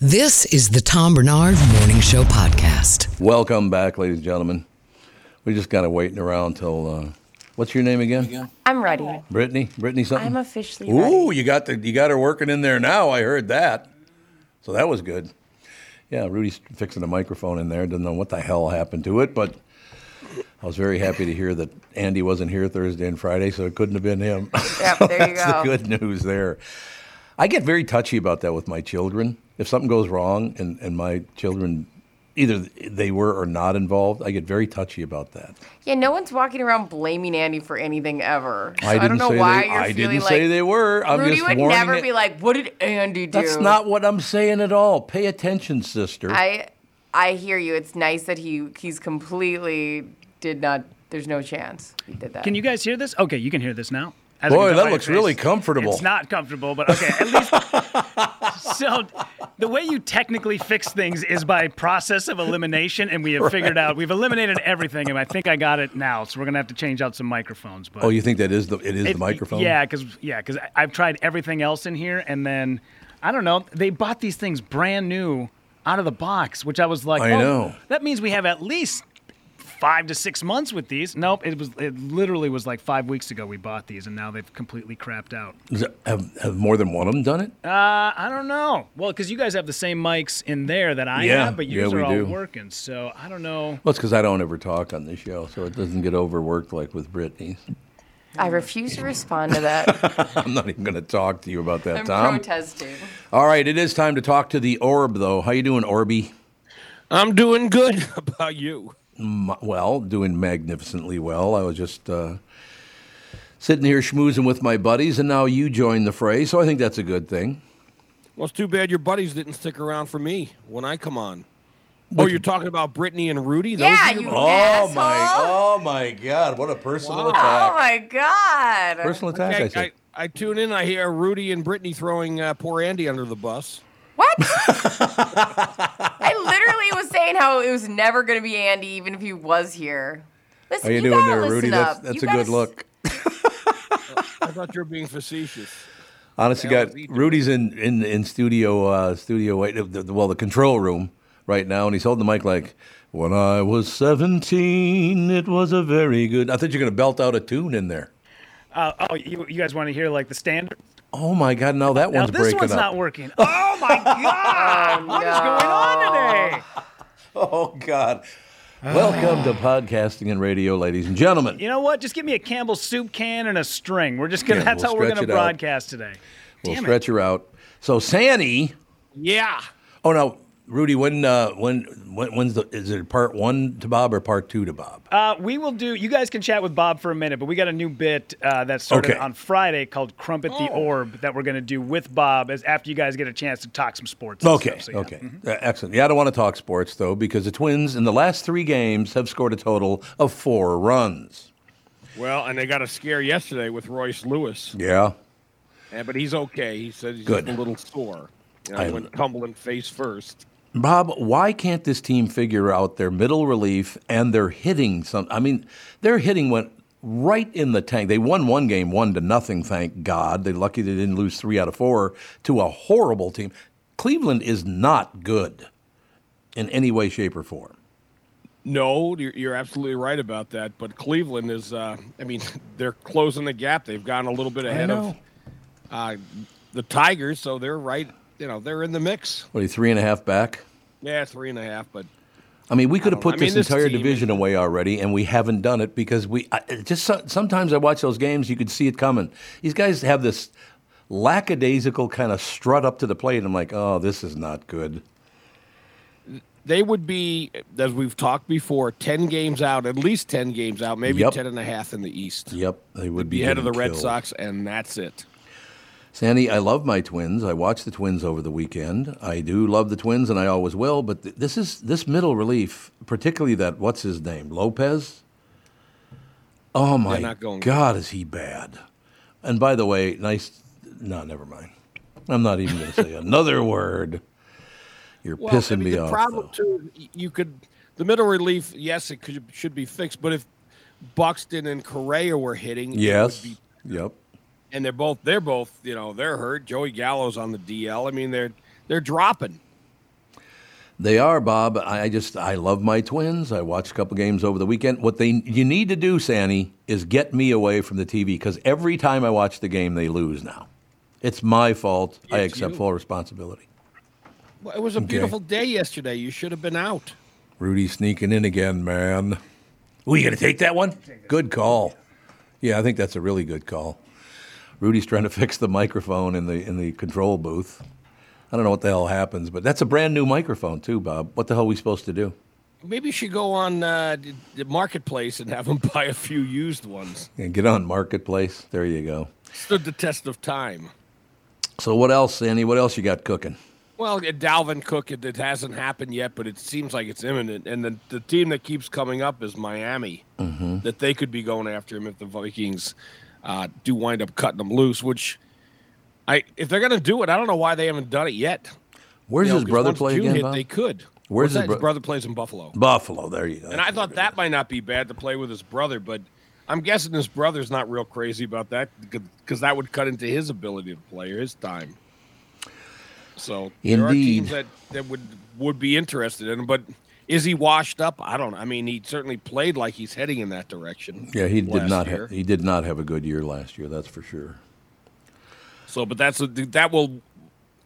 [SPEAKER 1] This is the Tom Bernard Morning Show podcast.
[SPEAKER 2] Welcome back, ladies and gentlemen. We're just kind of waiting around till. Uh, what's your name again?
[SPEAKER 3] I'm ready.
[SPEAKER 2] Brittany. Brittany something.
[SPEAKER 3] I'm officially
[SPEAKER 2] Ooh, you got the you got her working in there now. I heard that, so that was good. Yeah, Rudy's fixing the microphone in there. Didn't know what the hell happened to it, but I was very happy to hear that Andy wasn't here Thursday and Friday, so it couldn't have been him.
[SPEAKER 3] Yep, there you
[SPEAKER 2] That's the
[SPEAKER 3] go.
[SPEAKER 2] good news there. I get very touchy about that with my children. If something goes wrong and, and my children, either they were or not involved, I get very touchy about that.
[SPEAKER 3] Yeah, no one's walking around blaming Andy for anything ever. So
[SPEAKER 2] I
[SPEAKER 3] I,
[SPEAKER 2] didn't
[SPEAKER 3] don't know
[SPEAKER 2] say
[SPEAKER 3] why
[SPEAKER 2] they-
[SPEAKER 3] you're
[SPEAKER 2] I
[SPEAKER 3] feeling
[SPEAKER 2] didn't
[SPEAKER 3] like
[SPEAKER 2] say they were. I'm
[SPEAKER 3] Rudy
[SPEAKER 2] just
[SPEAKER 3] would
[SPEAKER 2] warning
[SPEAKER 3] never
[SPEAKER 2] it.
[SPEAKER 3] be like, "What did Andy do?"
[SPEAKER 2] That's not what I'm saying at all. Pay attention, sister.
[SPEAKER 3] I I hear you. It's nice that he he's completely did not. There's no chance he did that.
[SPEAKER 4] Can you guys hear this? Okay, you can hear this now. I can tell
[SPEAKER 2] Boy, that
[SPEAKER 4] by your
[SPEAKER 2] looks really comfortable.
[SPEAKER 4] It's not comfortable, but okay, at least. so, the way you technically fix things is by process of elimination, and we have figured
[SPEAKER 2] Right.
[SPEAKER 4] out we've eliminated everything, and I think I got it now. So we're gonna have to change out some microphones. But
[SPEAKER 2] oh, you think that is the it is
[SPEAKER 4] It-
[SPEAKER 2] the microphone?
[SPEAKER 4] Yeah, because yeah, because I've tried everything else in here, and then I don't know. They bought these things brand new out of the box, which I was like,
[SPEAKER 2] I
[SPEAKER 4] "Oh,
[SPEAKER 2] know.
[SPEAKER 4] That means we have at least five to six months with these. Nope, it was it literally was like five weeks ago we bought these, and now they've completely crapped out.
[SPEAKER 2] Is it- Have, have more than one of them done it?
[SPEAKER 4] Uh, I don't know. Well, because you guys have the same mics in there that I
[SPEAKER 2] Yeah,
[SPEAKER 4] have, but
[SPEAKER 2] yeah,
[SPEAKER 4] yours
[SPEAKER 2] we
[SPEAKER 4] are all
[SPEAKER 2] do.
[SPEAKER 4] working. So I don't know.
[SPEAKER 2] Well, it's because I don't ever talk on this show, so it doesn't get overworked like with Brittany.
[SPEAKER 3] I refuse to respond to that.
[SPEAKER 2] I'm not even going to talk to you about that,
[SPEAKER 3] I'm
[SPEAKER 2] Tom.
[SPEAKER 3] protesting.
[SPEAKER 2] All right, it is time to talk to the orb, though. How you doing, Orby?
[SPEAKER 8] I'm doing good. How about you?
[SPEAKER 2] M- well, doing magnificently well. I was just uh, sitting here schmoozing with my buddies, and now you joined the fray, so I think that's a good thing.
[SPEAKER 8] Well, it's too bad your buddies didn't stick around for me when I come on. Oh, you're talking about Brittany and Rudy? Those
[SPEAKER 3] Yeah,
[SPEAKER 8] are your
[SPEAKER 3] you
[SPEAKER 8] buddies?
[SPEAKER 3] asshole.
[SPEAKER 2] oh my God! What a personal
[SPEAKER 3] Oh my god.
[SPEAKER 2] Personal attack, I
[SPEAKER 8] Okay,
[SPEAKER 2] said.
[SPEAKER 8] I, I tune in. I hear Rudy and Brittany throwing uh, poor Andy under the bus.
[SPEAKER 3] What? I literally was saying how it was never going to be Andy, even if he was here. Listen,
[SPEAKER 2] How you, doing
[SPEAKER 3] gotta
[SPEAKER 2] there,
[SPEAKER 3] listen
[SPEAKER 2] Rudy?
[SPEAKER 3] Up.
[SPEAKER 2] That's, that's
[SPEAKER 3] You
[SPEAKER 2] a good
[SPEAKER 3] gotta
[SPEAKER 2] look.
[SPEAKER 8] I thought you were being facetious.
[SPEAKER 2] Honestly,
[SPEAKER 8] Hell,
[SPEAKER 2] God, Rudy's in in in studio uh, studio eight, the- the- well, the control room right now, and he's holding the mic like, "When I was 17, it was a very good." I thought you're gonna belt out a tune in there.
[SPEAKER 4] Uh, oh, you, you guys want to hear like the standard?
[SPEAKER 2] Oh my God! Now that
[SPEAKER 4] Now
[SPEAKER 2] one's
[SPEAKER 4] this
[SPEAKER 2] breaking
[SPEAKER 4] one's
[SPEAKER 2] up.
[SPEAKER 4] not working. Oh my god! What is going on today?
[SPEAKER 2] oh God! Welcome to podcasting and radio, ladies and gentlemen.
[SPEAKER 4] You know what? Just give me a Campbell's soup can and a string. We're just gonna.
[SPEAKER 2] Yeah,
[SPEAKER 4] that's
[SPEAKER 2] we'll
[SPEAKER 4] how we're
[SPEAKER 2] stretch
[SPEAKER 4] gonna
[SPEAKER 2] it out.
[SPEAKER 4] broadcast today.
[SPEAKER 2] We'll
[SPEAKER 4] Damn it.
[SPEAKER 2] stretch her out. So, Sanny.
[SPEAKER 8] Yeah.
[SPEAKER 2] Oh no, Rudy. When uh, when when when's the is it part one to Bob or part two to Bob?
[SPEAKER 4] Uh, we will do. You guys can chat with Bob for a minute, but we got a new bit uh, that started
[SPEAKER 2] Okay.
[SPEAKER 4] on Friday called "Crumpet the Orb" that we're gonna do with Bob as after you guys get a chance to talk some sports. and
[SPEAKER 2] Okay.
[SPEAKER 4] stuff, so yeah. Mm-hmm.
[SPEAKER 2] Okay. Uh, excellent. Yeah, I don't want to talk sports though, because the Twins in the last three games have scored a total of four runs.
[SPEAKER 8] Well, and they got a scare yesterday with Royce Lewis,
[SPEAKER 2] Yeah.
[SPEAKER 8] yeah, but he's okay. He said he's
[SPEAKER 2] Good.
[SPEAKER 8] just a little sore. You know,
[SPEAKER 2] I-
[SPEAKER 8] he went tumbling face first.
[SPEAKER 2] Bob, why can't this team figure out their middle relief and their hitting? Some, I mean, their hitting went right in the tank. They won one game, one to nothing. Thank God. They're lucky they didn't lose three out of four to a horrible team. Cleveland is not good in any way, shape, or form.
[SPEAKER 8] No, you're, you're absolutely right about that. But Cleveland is, uh, I mean, they're closing the gap. They've gone a little bit ahead of
[SPEAKER 2] know.
[SPEAKER 8] uh, the Tigers, so they're right. You know, they're in the mix.
[SPEAKER 2] What are you, three and a half back?
[SPEAKER 9] Yeah, three and a half, but
[SPEAKER 2] I mean, we could
[SPEAKER 9] I
[SPEAKER 2] have put
[SPEAKER 9] mean,
[SPEAKER 2] this
[SPEAKER 9] this
[SPEAKER 2] entire
[SPEAKER 9] team
[SPEAKER 2] division away already, and we haven't done it because we I, it just so- sometimes I watch those games, you could see it coming. These guys have this lackadaisical kind of strut up to the plate. I'm like, oh, this is not good.
[SPEAKER 9] they would be, as we've talked before, 10 games out, at least 10 games out, maybe
[SPEAKER 2] Yep.
[SPEAKER 9] ten and a half in the East.
[SPEAKER 2] Yep, they would be
[SPEAKER 9] Be ahead of the
[SPEAKER 2] getting
[SPEAKER 9] Red
[SPEAKER 2] killed.
[SPEAKER 9] Sox, and that's it.
[SPEAKER 2] Sandy, I love my twins. I watched the twins over the weekend. I do love the twins, and I always will. But th- this is this middle relief, particularly that what's his name, Lopez. Oh my
[SPEAKER 9] not going
[SPEAKER 2] God, is he bad? And by the way, nice. No, never mind. I'm not even going to say another word. You're pissing me
[SPEAKER 9] the
[SPEAKER 2] off.
[SPEAKER 9] problem too, y- you could the middle relief. Yes, it could, should be fixed, but if Buxton and Correa were hitting, it would
[SPEAKER 2] yes.
[SPEAKER 9] be-
[SPEAKER 2] yep.
[SPEAKER 9] and they're both they're both you know they're hurt. Joey Gallo's on the DL. I mean they're they're dropping.
[SPEAKER 2] They are, Bob. I I just I love my twins. I watched a couple games over the weekend. What they you need to do, Sandy, is get me away from the TV because every time I watch the game, they lose. Now, it's my fault. I
[SPEAKER 9] It's
[SPEAKER 2] accept
[SPEAKER 9] you.
[SPEAKER 2] full responsibility.
[SPEAKER 9] Well, it was a
[SPEAKER 2] Okay.
[SPEAKER 9] beautiful day yesterday. You should have been out.
[SPEAKER 2] Rudy sneaking in again, man. We gonna take that one? Good call. Yeah, I think that's a really good call. Rudy's trying to fix the microphone in the in the control booth. I don't know what the hell happens, but that's a brand new microphone too, Bob. What the hell are we supposed to do?
[SPEAKER 9] Maybe you should go on uh, the- the marketplace and have them buy a few used ones.
[SPEAKER 2] Yeah, get on marketplace. There you go.
[SPEAKER 9] Stood the test of time.
[SPEAKER 2] So what else, Sandy? What else you got cooking?
[SPEAKER 9] Well, uh, Dalvin Cook, it, it hasn't happened yet, but it seems like it's imminent. And the, the team that keeps coming up is Miami,
[SPEAKER 2] Mhm.
[SPEAKER 9] that they could be going after him if the Vikings uh, do wind up cutting him loose. Which, I if they're going to do it, I don't know why they haven't done it yet.
[SPEAKER 2] Where's
[SPEAKER 9] You know,
[SPEAKER 2] his
[SPEAKER 9] 'cause
[SPEAKER 2] brother
[SPEAKER 9] once
[SPEAKER 2] play
[SPEAKER 9] June
[SPEAKER 2] again,
[SPEAKER 9] hit,
[SPEAKER 2] Bob?
[SPEAKER 9] They could.
[SPEAKER 2] Where's
[SPEAKER 9] What's
[SPEAKER 2] his
[SPEAKER 9] that?
[SPEAKER 2] bro-
[SPEAKER 9] brother plays in Buffalo.
[SPEAKER 2] Buffalo. There you go.
[SPEAKER 9] And I thought that might not be bad to play with his brother, but I'm guessing his brother's not real crazy about that because that would cut into his ability to play or his time. So there are
[SPEAKER 2] Indeed.
[SPEAKER 9] teams that, that would would be interested in him, but is he washed up? I don't. I mean, he certainly played like he's heading in that direction.
[SPEAKER 2] Yeah, he did
[SPEAKER 9] last
[SPEAKER 2] not.
[SPEAKER 9] year.
[SPEAKER 2] Ha- he did not have a good year last year. That's for sure.
[SPEAKER 9] so, but that's a, that will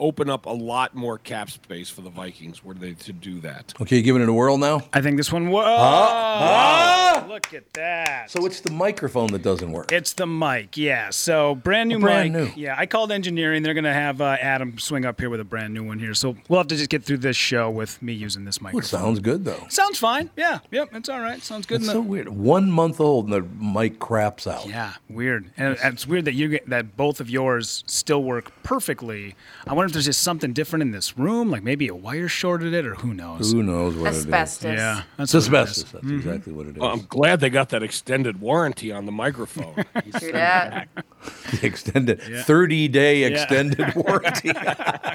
[SPEAKER 9] open up a lot more cap space for the Vikings were they to do that.
[SPEAKER 2] Okay, you giving it a whirl now.
[SPEAKER 4] I think this one. Whoa!
[SPEAKER 9] Look at that.
[SPEAKER 2] So it's the microphone that doesn't work.
[SPEAKER 4] It's the mic, yeah. So brand new
[SPEAKER 2] Brand
[SPEAKER 4] mic. Yeah, I called engineering. They're gonna have uh, Adam swing up here with a brand new one here. So we'll have to just get through this show with me using this
[SPEAKER 2] Well, it
[SPEAKER 4] microphone.
[SPEAKER 2] sounds good though.
[SPEAKER 4] Sounds fine. Yeah. Yep. It's all right. Sounds good.
[SPEAKER 2] It's
[SPEAKER 4] enough.
[SPEAKER 2] so weird. One month old and the mic craps out.
[SPEAKER 4] Yeah, weird. And it's weird that you get, that both of yours still work perfectly. I wonder if there's just something different in this room, like maybe a wire shorted it, or who knows?
[SPEAKER 2] Who knows what it
[SPEAKER 4] Asbestos.
[SPEAKER 2] is?
[SPEAKER 4] Yeah,
[SPEAKER 2] that's
[SPEAKER 4] that's what it
[SPEAKER 2] asbestos.
[SPEAKER 4] is.
[SPEAKER 2] That's
[SPEAKER 9] Mm-hmm.
[SPEAKER 4] Mhm.
[SPEAKER 2] exactly what it is.
[SPEAKER 9] Well, I'm glad they got that extended warranty on the microphone.
[SPEAKER 3] True that.
[SPEAKER 2] The extended
[SPEAKER 9] Yeah.
[SPEAKER 2] 30 day
[SPEAKER 9] Yeah.
[SPEAKER 2] extended warranty. yeah,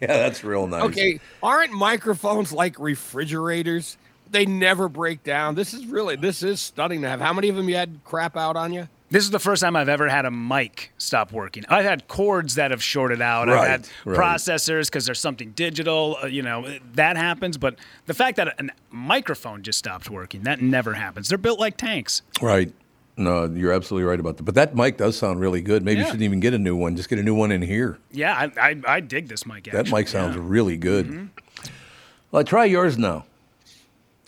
[SPEAKER 2] that's real nice.
[SPEAKER 9] Okay, aren't microphones like refrigerators? They never break down. This is really this is stunning to have. How many of them you had crap out on you?
[SPEAKER 4] This is the first time I've ever had a mic stop working. I've had cords that have shorted out. I've had
[SPEAKER 2] Right, right.
[SPEAKER 4] processors because there's something digital. Uh, you know that happens, but the fact that a a microphone just stopped working that never happens. They're built like tanks.
[SPEAKER 2] Right. No, you're absolutely right about that. But that mic does sound really good. Maybe you
[SPEAKER 4] Yeah.
[SPEAKER 2] shouldn't even get a new one. Just get a new one in here.
[SPEAKER 4] Yeah, I I, I dig this mic.
[SPEAKER 2] That
[SPEAKER 4] actually.
[SPEAKER 2] mic sounds really good. Well, try yours now.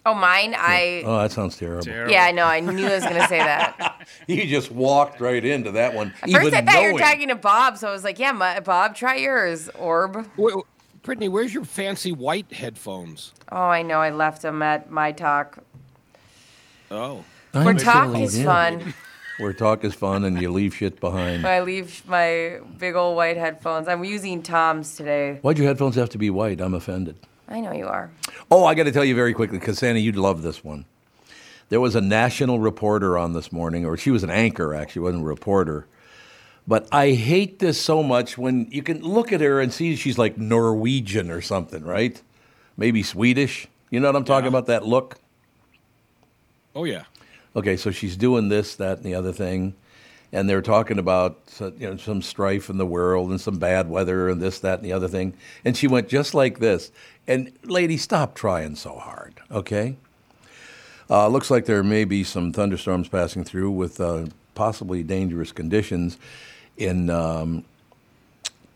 [SPEAKER 3] Oh, mine. I.
[SPEAKER 2] Oh, that sounds terrible.
[SPEAKER 3] Yeah, I know. I knew I was gonna say that.
[SPEAKER 2] You just walked right into that one.
[SPEAKER 3] At
[SPEAKER 2] even
[SPEAKER 3] first, I thought you were
[SPEAKER 2] knowing-
[SPEAKER 3] talking to Bob, so I was like, "Yeah, my, Bob, try yours." Orb.
[SPEAKER 9] Brittany, where's your fancy white headphones?
[SPEAKER 3] Oh, I know. I left them at my talk.
[SPEAKER 9] Oh,
[SPEAKER 2] I'm
[SPEAKER 3] Where talk
[SPEAKER 2] filling
[SPEAKER 3] is
[SPEAKER 2] in.
[SPEAKER 3] fun.
[SPEAKER 2] Where talk is fun and you leave shit behind.
[SPEAKER 3] I leave my big old white headphones. I'm using Tom's today.
[SPEAKER 2] Why'd your headphones have to be white? I'm offended.
[SPEAKER 3] I know you are.
[SPEAKER 2] Oh, I got to tell you very quickly, because Sandy, you'd love this one. There was a national reporter on this morning, or she was an anchor, actually, wasn't a reporter. But I hate this so much when you can look at her and see she's like Norwegian or something, right? Maybe Swedish. You know what I'm talking about? That look.
[SPEAKER 9] oh yeah.
[SPEAKER 2] Okay, so she's doing this, that, and the other thing. And they're talking about uh, you know, some strife in the world and some bad weather and this, that, and the other thing. And she went just like this. And lady, stop trying so hard, okay? Uh, looks like there may be some thunderstorms passing through with uh, possibly dangerous conditions in um,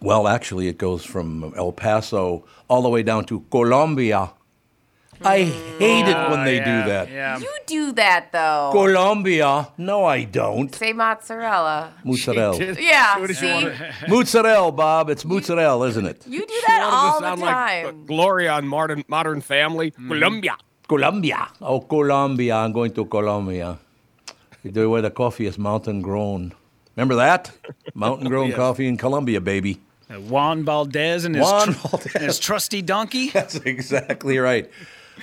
[SPEAKER 2] Well, actually, it goes from El Paso all the way down to Colombia. I hate it when they do that.
[SPEAKER 3] You do that though.
[SPEAKER 2] Colombia. No, I don't.
[SPEAKER 3] Say mozzarella.
[SPEAKER 2] Mozzarella.
[SPEAKER 3] Yeah. see?
[SPEAKER 2] mozzarella, Bob. It's mozzarella, isn't it?
[SPEAKER 3] You do that all the
[SPEAKER 9] sound
[SPEAKER 3] time.
[SPEAKER 9] like Gloria on Modern, Modern Family, Colombia.
[SPEAKER 2] Colombia. Oh, Colombia. I'm going to Colombia. You do where the coffee is mountain grown. Remember that? Mountain grown
[SPEAKER 4] Yes.
[SPEAKER 2] coffee in Colombia, baby.
[SPEAKER 4] Uh, Juan Valdez and his,
[SPEAKER 2] Juan
[SPEAKER 4] tr- and his trusty donkey.
[SPEAKER 2] That's exactly right.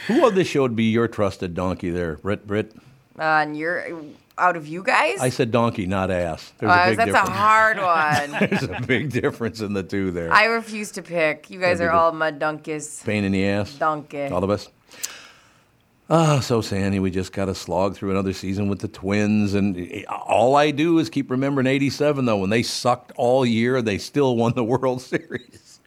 [SPEAKER 2] Who on this show would be your trusted donkey there? Brit, Brit?
[SPEAKER 3] Uh, and you're out of you guys.
[SPEAKER 2] I said donkey, not ass. There's
[SPEAKER 3] Uh,
[SPEAKER 2] a big
[SPEAKER 3] that's
[SPEAKER 2] difference.
[SPEAKER 3] a hard one.
[SPEAKER 2] There's a big difference in the two there.
[SPEAKER 3] I refuse to pick. You guys
[SPEAKER 2] That'd
[SPEAKER 3] are
[SPEAKER 2] be good.
[SPEAKER 3] all mud dunkies.
[SPEAKER 2] Pain in the ass.
[SPEAKER 3] Donkey.
[SPEAKER 2] All of us. Ah, so Sandy, we just got to slog through another season with the Twins, and eh, all I do is keep remembering '87 though, when they sucked all year, they still won the World Series.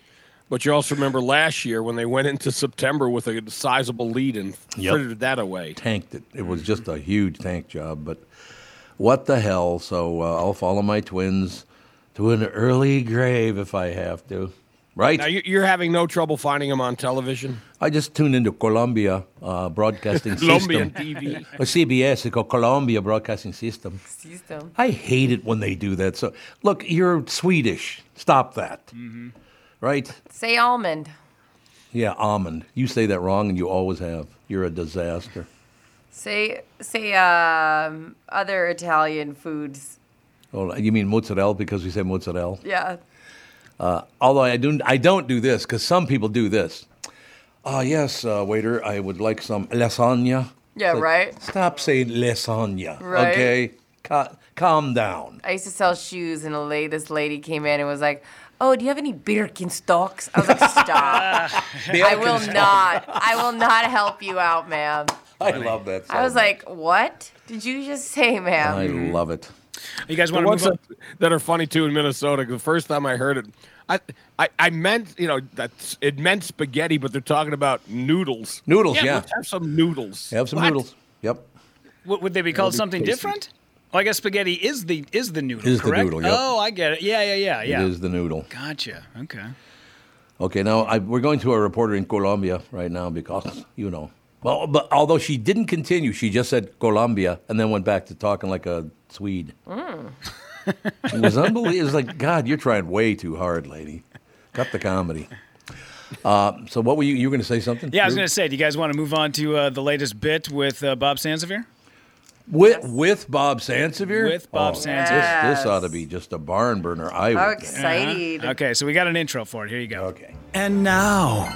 [SPEAKER 9] But you also remember last year when they went into September with a sizable lead and
[SPEAKER 2] Yep.
[SPEAKER 9] frittered that away.
[SPEAKER 2] Tanked it. It was just a huge tank job, but what the hell? So uh, I'll follow my Twins to an early grave if I have to. Right?
[SPEAKER 9] Now you- you're having no trouble finding them on television.
[SPEAKER 2] I just tuned into Columbia uh, Broadcasting
[SPEAKER 9] Colombian
[SPEAKER 2] System.
[SPEAKER 9] TV.
[SPEAKER 2] Or CBS, it's called Columbia Broadcasting System. I hate it when they do that. So, look, you're Swedish. Stop that.
[SPEAKER 3] Mm-hmm.
[SPEAKER 2] Right?
[SPEAKER 3] Say almond.
[SPEAKER 2] Yeah, almond. You say that wrong, and you always have. You're a disaster.
[SPEAKER 3] Say say um, other Italian foods.
[SPEAKER 2] Oh, you mean mozzarella because we say mozzarella?
[SPEAKER 3] Yeah.
[SPEAKER 2] Uh, although I don't, I don't do this because some people do this. Ah, yes, uh, waiter, I would like some lasagna.
[SPEAKER 3] Yeah,
[SPEAKER 2] It's like,
[SPEAKER 3] right.
[SPEAKER 2] Stop saying lasagna.
[SPEAKER 3] Right.
[SPEAKER 2] Okay, Ca- calm down.
[SPEAKER 3] I used to sell shoes, and a lady, this lady came in and was like, "Oh, do you have any Birkenstocks?" I was like, "Stop! I will
[SPEAKER 2] Birkenstocks.
[SPEAKER 3] not. I will not help you out, ma'am."
[SPEAKER 2] I love that.
[SPEAKER 3] I was
[SPEAKER 2] so
[SPEAKER 3] like, um, "What did you just say,
[SPEAKER 2] much. I
[SPEAKER 3] ma'am?"
[SPEAKER 2] love it.
[SPEAKER 4] You guys
[SPEAKER 9] The
[SPEAKER 4] wanna
[SPEAKER 9] ones
[SPEAKER 4] move on?
[SPEAKER 9] that, that are funny too in Minnesota. 'cause The first time I heard it, I, I, I meant you know that's it meant spaghetti, but they're talking about noodles.
[SPEAKER 2] Noodles, yeah.
[SPEAKER 9] Let's have some noodles.
[SPEAKER 2] Have some
[SPEAKER 9] What?
[SPEAKER 2] noodles. Yep.
[SPEAKER 4] Would- would they be called
[SPEAKER 2] That'll be
[SPEAKER 4] something
[SPEAKER 2] tasty.
[SPEAKER 4] different? Well, I guess spaghetti is the is the noodle,
[SPEAKER 2] Is the
[SPEAKER 4] correct?
[SPEAKER 2] noodle, yep.
[SPEAKER 4] Oh, I get it. Yeah, yeah, yeah, yeah.
[SPEAKER 2] It is the noodle.
[SPEAKER 4] Gotcha. Okay.
[SPEAKER 2] Okay, now I, we're going to a reporter in Colombia right now because you know. Well, but although she didn't continue, she just said Colombia and then went back to talking like a Swede.
[SPEAKER 3] Mm.
[SPEAKER 2] It was unbelievable. It was like, God, you're trying way too hard, lady. Cut the comedy. Uh, so, what were you? You were going to say something?
[SPEAKER 4] Yeah, I was
[SPEAKER 2] Drew?
[SPEAKER 4] going to say, do you guys want to move on to uh, the latest bit with uh, Bob Sansevier?
[SPEAKER 2] With, with Bob Sansevier?
[SPEAKER 4] With Bob
[SPEAKER 2] Oh, this-
[SPEAKER 4] Sansevier.
[SPEAKER 2] This, ought to be just a barn burner. I would
[SPEAKER 3] Oh,
[SPEAKER 2] think.
[SPEAKER 4] Uh-huh. Okay, so we got an intro for it. Here you go.
[SPEAKER 2] Okay.
[SPEAKER 10] And now,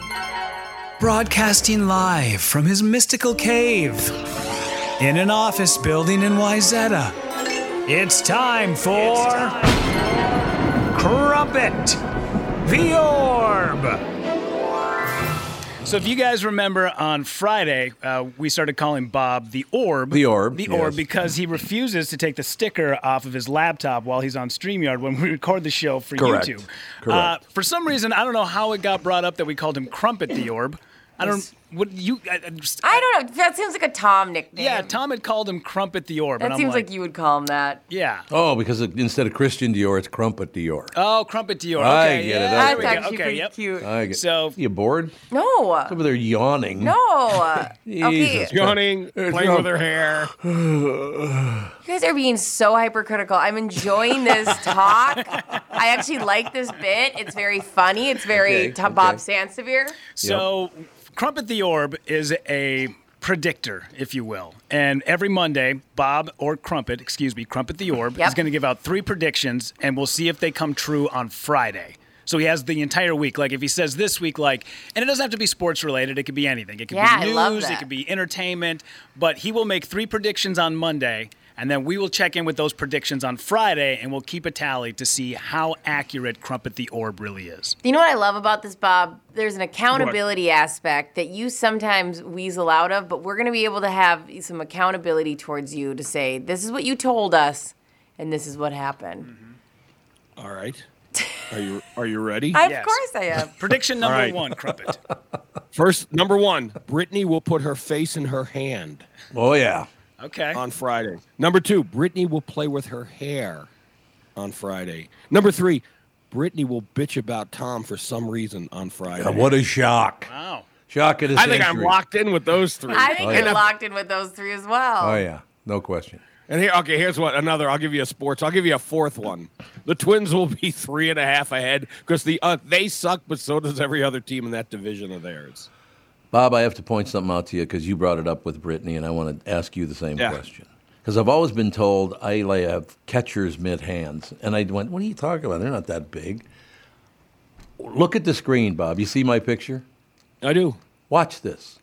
[SPEAKER 10] broadcasting live from his mystical cave in an office building in Wyzetta, it's time for Crumpet the Orb.
[SPEAKER 4] So if you guys remember on Friday, uh, we started calling Bob the Orb.
[SPEAKER 2] The Orb,
[SPEAKER 4] The
[SPEAKER 2] yes.
[SPEAKER 4] Orb because he refuses to take the sticker off of his laptop while he's on StreamYard when we record the show for
[SPEAKER 2] Correct.
[SPEAKER 4] YouTube. Uh,
[SPEAKER 2] Correct.
[SPEAKER 4] for some reason, I don't know how it got brought up that we called him Crumpet the Orb. I don't. What you? I,
[SPEAKER 3] I don't know. That seems like a Tom nickname.
[SPEAKER 4] Yeah, Tom had called him Crumpet the Orb. and
[SPEAKER 3] That
[SPEAKER 4] I'm
[SPEAKER 3] seems like, you would call him that.
[SPEAKER 4] Yeah.
[SPEAKER 2] Oh, because it- instead of Christian Dior, it's Crumpet Dior.
[SPEAKER 4] Oh, Crumpet Dior.
[SPEAKER 2] I
[SPEAKER 4] Okay,
[SPEAKER 2] get it.
[SPEAKER 4] yeah,
[SPEAKER 2] That's
[SPEAKER 4] there we go.
[SPEAKER 3] actually
[SPEAKER 4] okay,
[SPEAKER 3] pretty
[SPEAKER 4] yep.
[SPEAKER 3] cute.
[SPEAKER 2] I get,
[SPEAKER 4] Oh, so
[SPEAKER 2] you bored?
[SPEAKER 3] No.
[SPEAKER 2] Over there yawning.
[SPEAKER 3] No. okay.
[SPEAKER 2] Jesus Christ.
[SPEAKER 9] playing with her hair.
[SPEAKER 3] You guys are being so hypercritical. I'm enjoying this talk. I actually like this bit. It's very funny. It's very
[SPEAKER 4] Okay,
[SPEAKER 3] to- Bob Sansevier.
[SPEAKER 4] So, Crumpet the Orb is a predictor, if you will. And every Monday, Bob or Crumpet, excuse me, Crumpet the Orb is going to give out three predictions, and we'll see if they come true on Friday. So he has the entire week. Like if he says this week, like, and it doesn't have to be sports related. It could be anything. It could
[SPEAKER 3] Yeah, I
[SPEAKER 4] be
[SPEAKER 3] love
[SPEAKER 4] news. It
[SPEAKER 3] that.
[SPEAKER 4] could be entertainment. But he will make three predictions on Monday, and then we will check in with those predictions on Friday, and we'll keep a tally to see how accurate Crumpet the Orb really is.
[SPEAKER 3] You know what I love about this, Bob? There's an accountability aspect that you sometimes weasel out of, but we're going to be able to have some accountability towards you to say, this is what you told us, and this is what happened.
[SPEAKER 9] All right. Are you are you ready?
[SPEAKER 2] Mm-hmm.
[SPEAKER 3] I- of course I am.
[SPEAKER 4] Prediction number
[SPEAKER 9] All right.
[SPEAKER 4] one, Crumpet.
[SPEAKER 9] First, number one, Brittany will put her face in her hand.
[SPEAKER 2] Oh yeah.
[SPEAKER 4] Okay.
[SPEAKER 9] On Friday. Number two, Brittany will play with her hair on Friday. Number three, Brittany will bitch about Tom for some reason on Friday.
[SPEAKER 2] Yeah, what a shock.
[SPEAKER 4] Wow.
[SPEAKER 2] Shock at his
[SPEAKER 9] I think I'm
[SPEAKER 2] injury.
[SPEAKER 9] locked in with those three.
[SPEAKER 3] I think
[SPEAKER 2] Oh,
[SPEAKER 3] you're
[SPEAKER 2] yeah.
[SPEAKER 3] locked in with those three as well.
[SPEAKER 2] Oh, yeah. No question.
[SPEAKER 9] And here, okay, here's what another. I'll give you a sports. I'll give you a fourth one. The Twins will be three and a half ahead because the uh, they suck, but so does every other team in that division of theirs.
[SPEAKER 2] Bob, I have to point something out to you because you brought it up with Brittany, and I want to ask you the same
[SPEAKER 9] Yeah.
[SPEAKER 2] question. Because I've always been told I like, have catcher's mid hands, and I went, "What are you talking about? They're not that big." Look at the screen, Bob. You see my picture?
[SPEAKER 9] I do.
[SPEAKER 2] Watch this.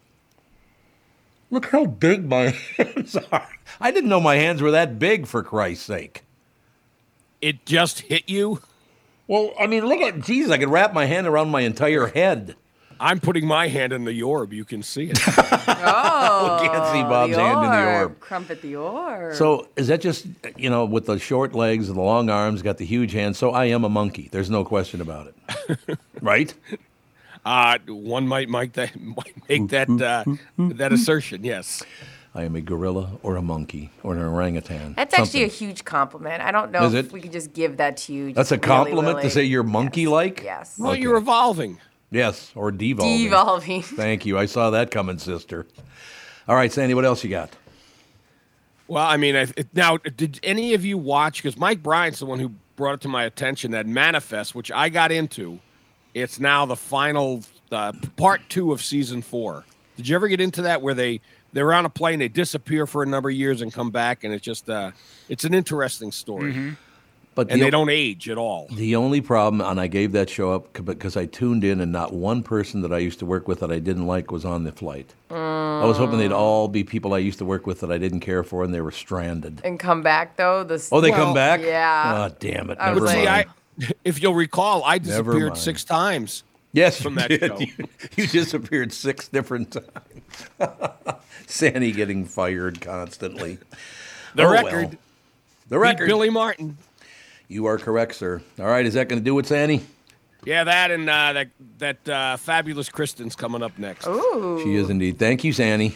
[SPEAKER 2] Look how big my hands are. I didn't know my hands were that big. For Christ's sake!
[SPEAKER 9] It just hit you.
[SPEAKER 2] Well, I mean, look at Jesus. I could wrap my hand around my entire head.
[SPEAKER 9] I'm putting my hand in the orb. You can see it.
[SPEAKER 3] Oh,
[SPEAKER 2] can't see Bob's hand in the orb.
[SPEAKER 3] Crumpet the orb.
[SPEAKER 2] So is that just you know with the short legs and the long arms, got the huge hands? So I am a monkey. There's no question about it, right?
[SPEAKER 9] Uh, one might might, that, might make that uh, that assertion. Yes.
[SPEAKER 2] I am a gorilla or a monkey or an orangutan.
[SPEAKER 3] That's actually a huge compliment. I don't know
[SPEAKER 2] Is
[SPEAKER 3] if
[SPEAKER 2] it?
[SPEAKER 3] we can just give that to you.
[SPEAKER 2] That's a
[SPEAKER 3] just
[SPEAKER 2] compliment
[SPEAKER 3] willy-nilly.
[SPEAKER 2] to say you're monkey-like.
[SPEAKER 3] Yes.
[SPEAKER 9] Well, you're evolving.
[SPEAKER 2] Yes, or devolving.
[SPEAKER 3] Devolving.
[SPEAKER 2] Thank you. I saw that coming, sister. All right, Sandy. What else you got?
[SPEAKER 9] Well, I mean, I, it, now did any of you watch? Because Mike Bryant's the one who brought it to my attention that manifest, which I got into. It's now the final uh, part two of season four. Did you ever get into that where they they're on a plane, they disappear for a number of years and come back, and it's just uh, it's an interesting story.
[SPEAKER 2] Mhm. But
[SPEAKER 9] and
[SPEAKER 2] the-
[SPEAKER 9] they don't age at all.
[SPEAKER 2] The only problem, and I gave that show up c- because I tuned in, and not one person that I used to work with that I didn't like was on the flight. I was hoping they'd all be people I used to work with that I didn't care for, and they were stranded.
[SPEAKER 3] And come back though. The
[SPEAKER 2] Oh, they come back?
[SPEAKER 3] Yeah.
[SPEAKER 2] Oh, damn it.
[SPEAKER 3] I
[SPEAKER 2] Never
[SPEAKER 3] was
[SPEAKER 2] mind.
[SPEAKER 3] like-
[SPEAKER 9] I, if you'll recall, I
[SPEAKER 2] Never
[SPEAKER 9] disappeared
[SPEAKER 2] mind.
[SPEAKER 9] six times.
[SPEAKER 2] yes,
[SPEAKER 9] from
[SPEAKER 2] you
[SPEAKER 9] that
[SPEAKER 2] did.
[SPEAKER 9] show.
[SPEAKER 2] You, you disappeared six different times. Sandy getting fired constantly.
[SPEAKER 9] The
[SPEAKER 2] Oh, well.
[SPEAKER 9] record.
[SPEAKER 2] The record.
[SPEAKER 9] Billy Martin.
[SPEAKER 2] You are correct, sir. All right, is that going to do it, Sandy?
[SPEAKER 9] Yeah, that and uh, that that uh, fabulous Kristen's coming up next.
[SPEAKER 3] Ooh.
[SPEAKER 2] She is indeed. Thank you, Sandy.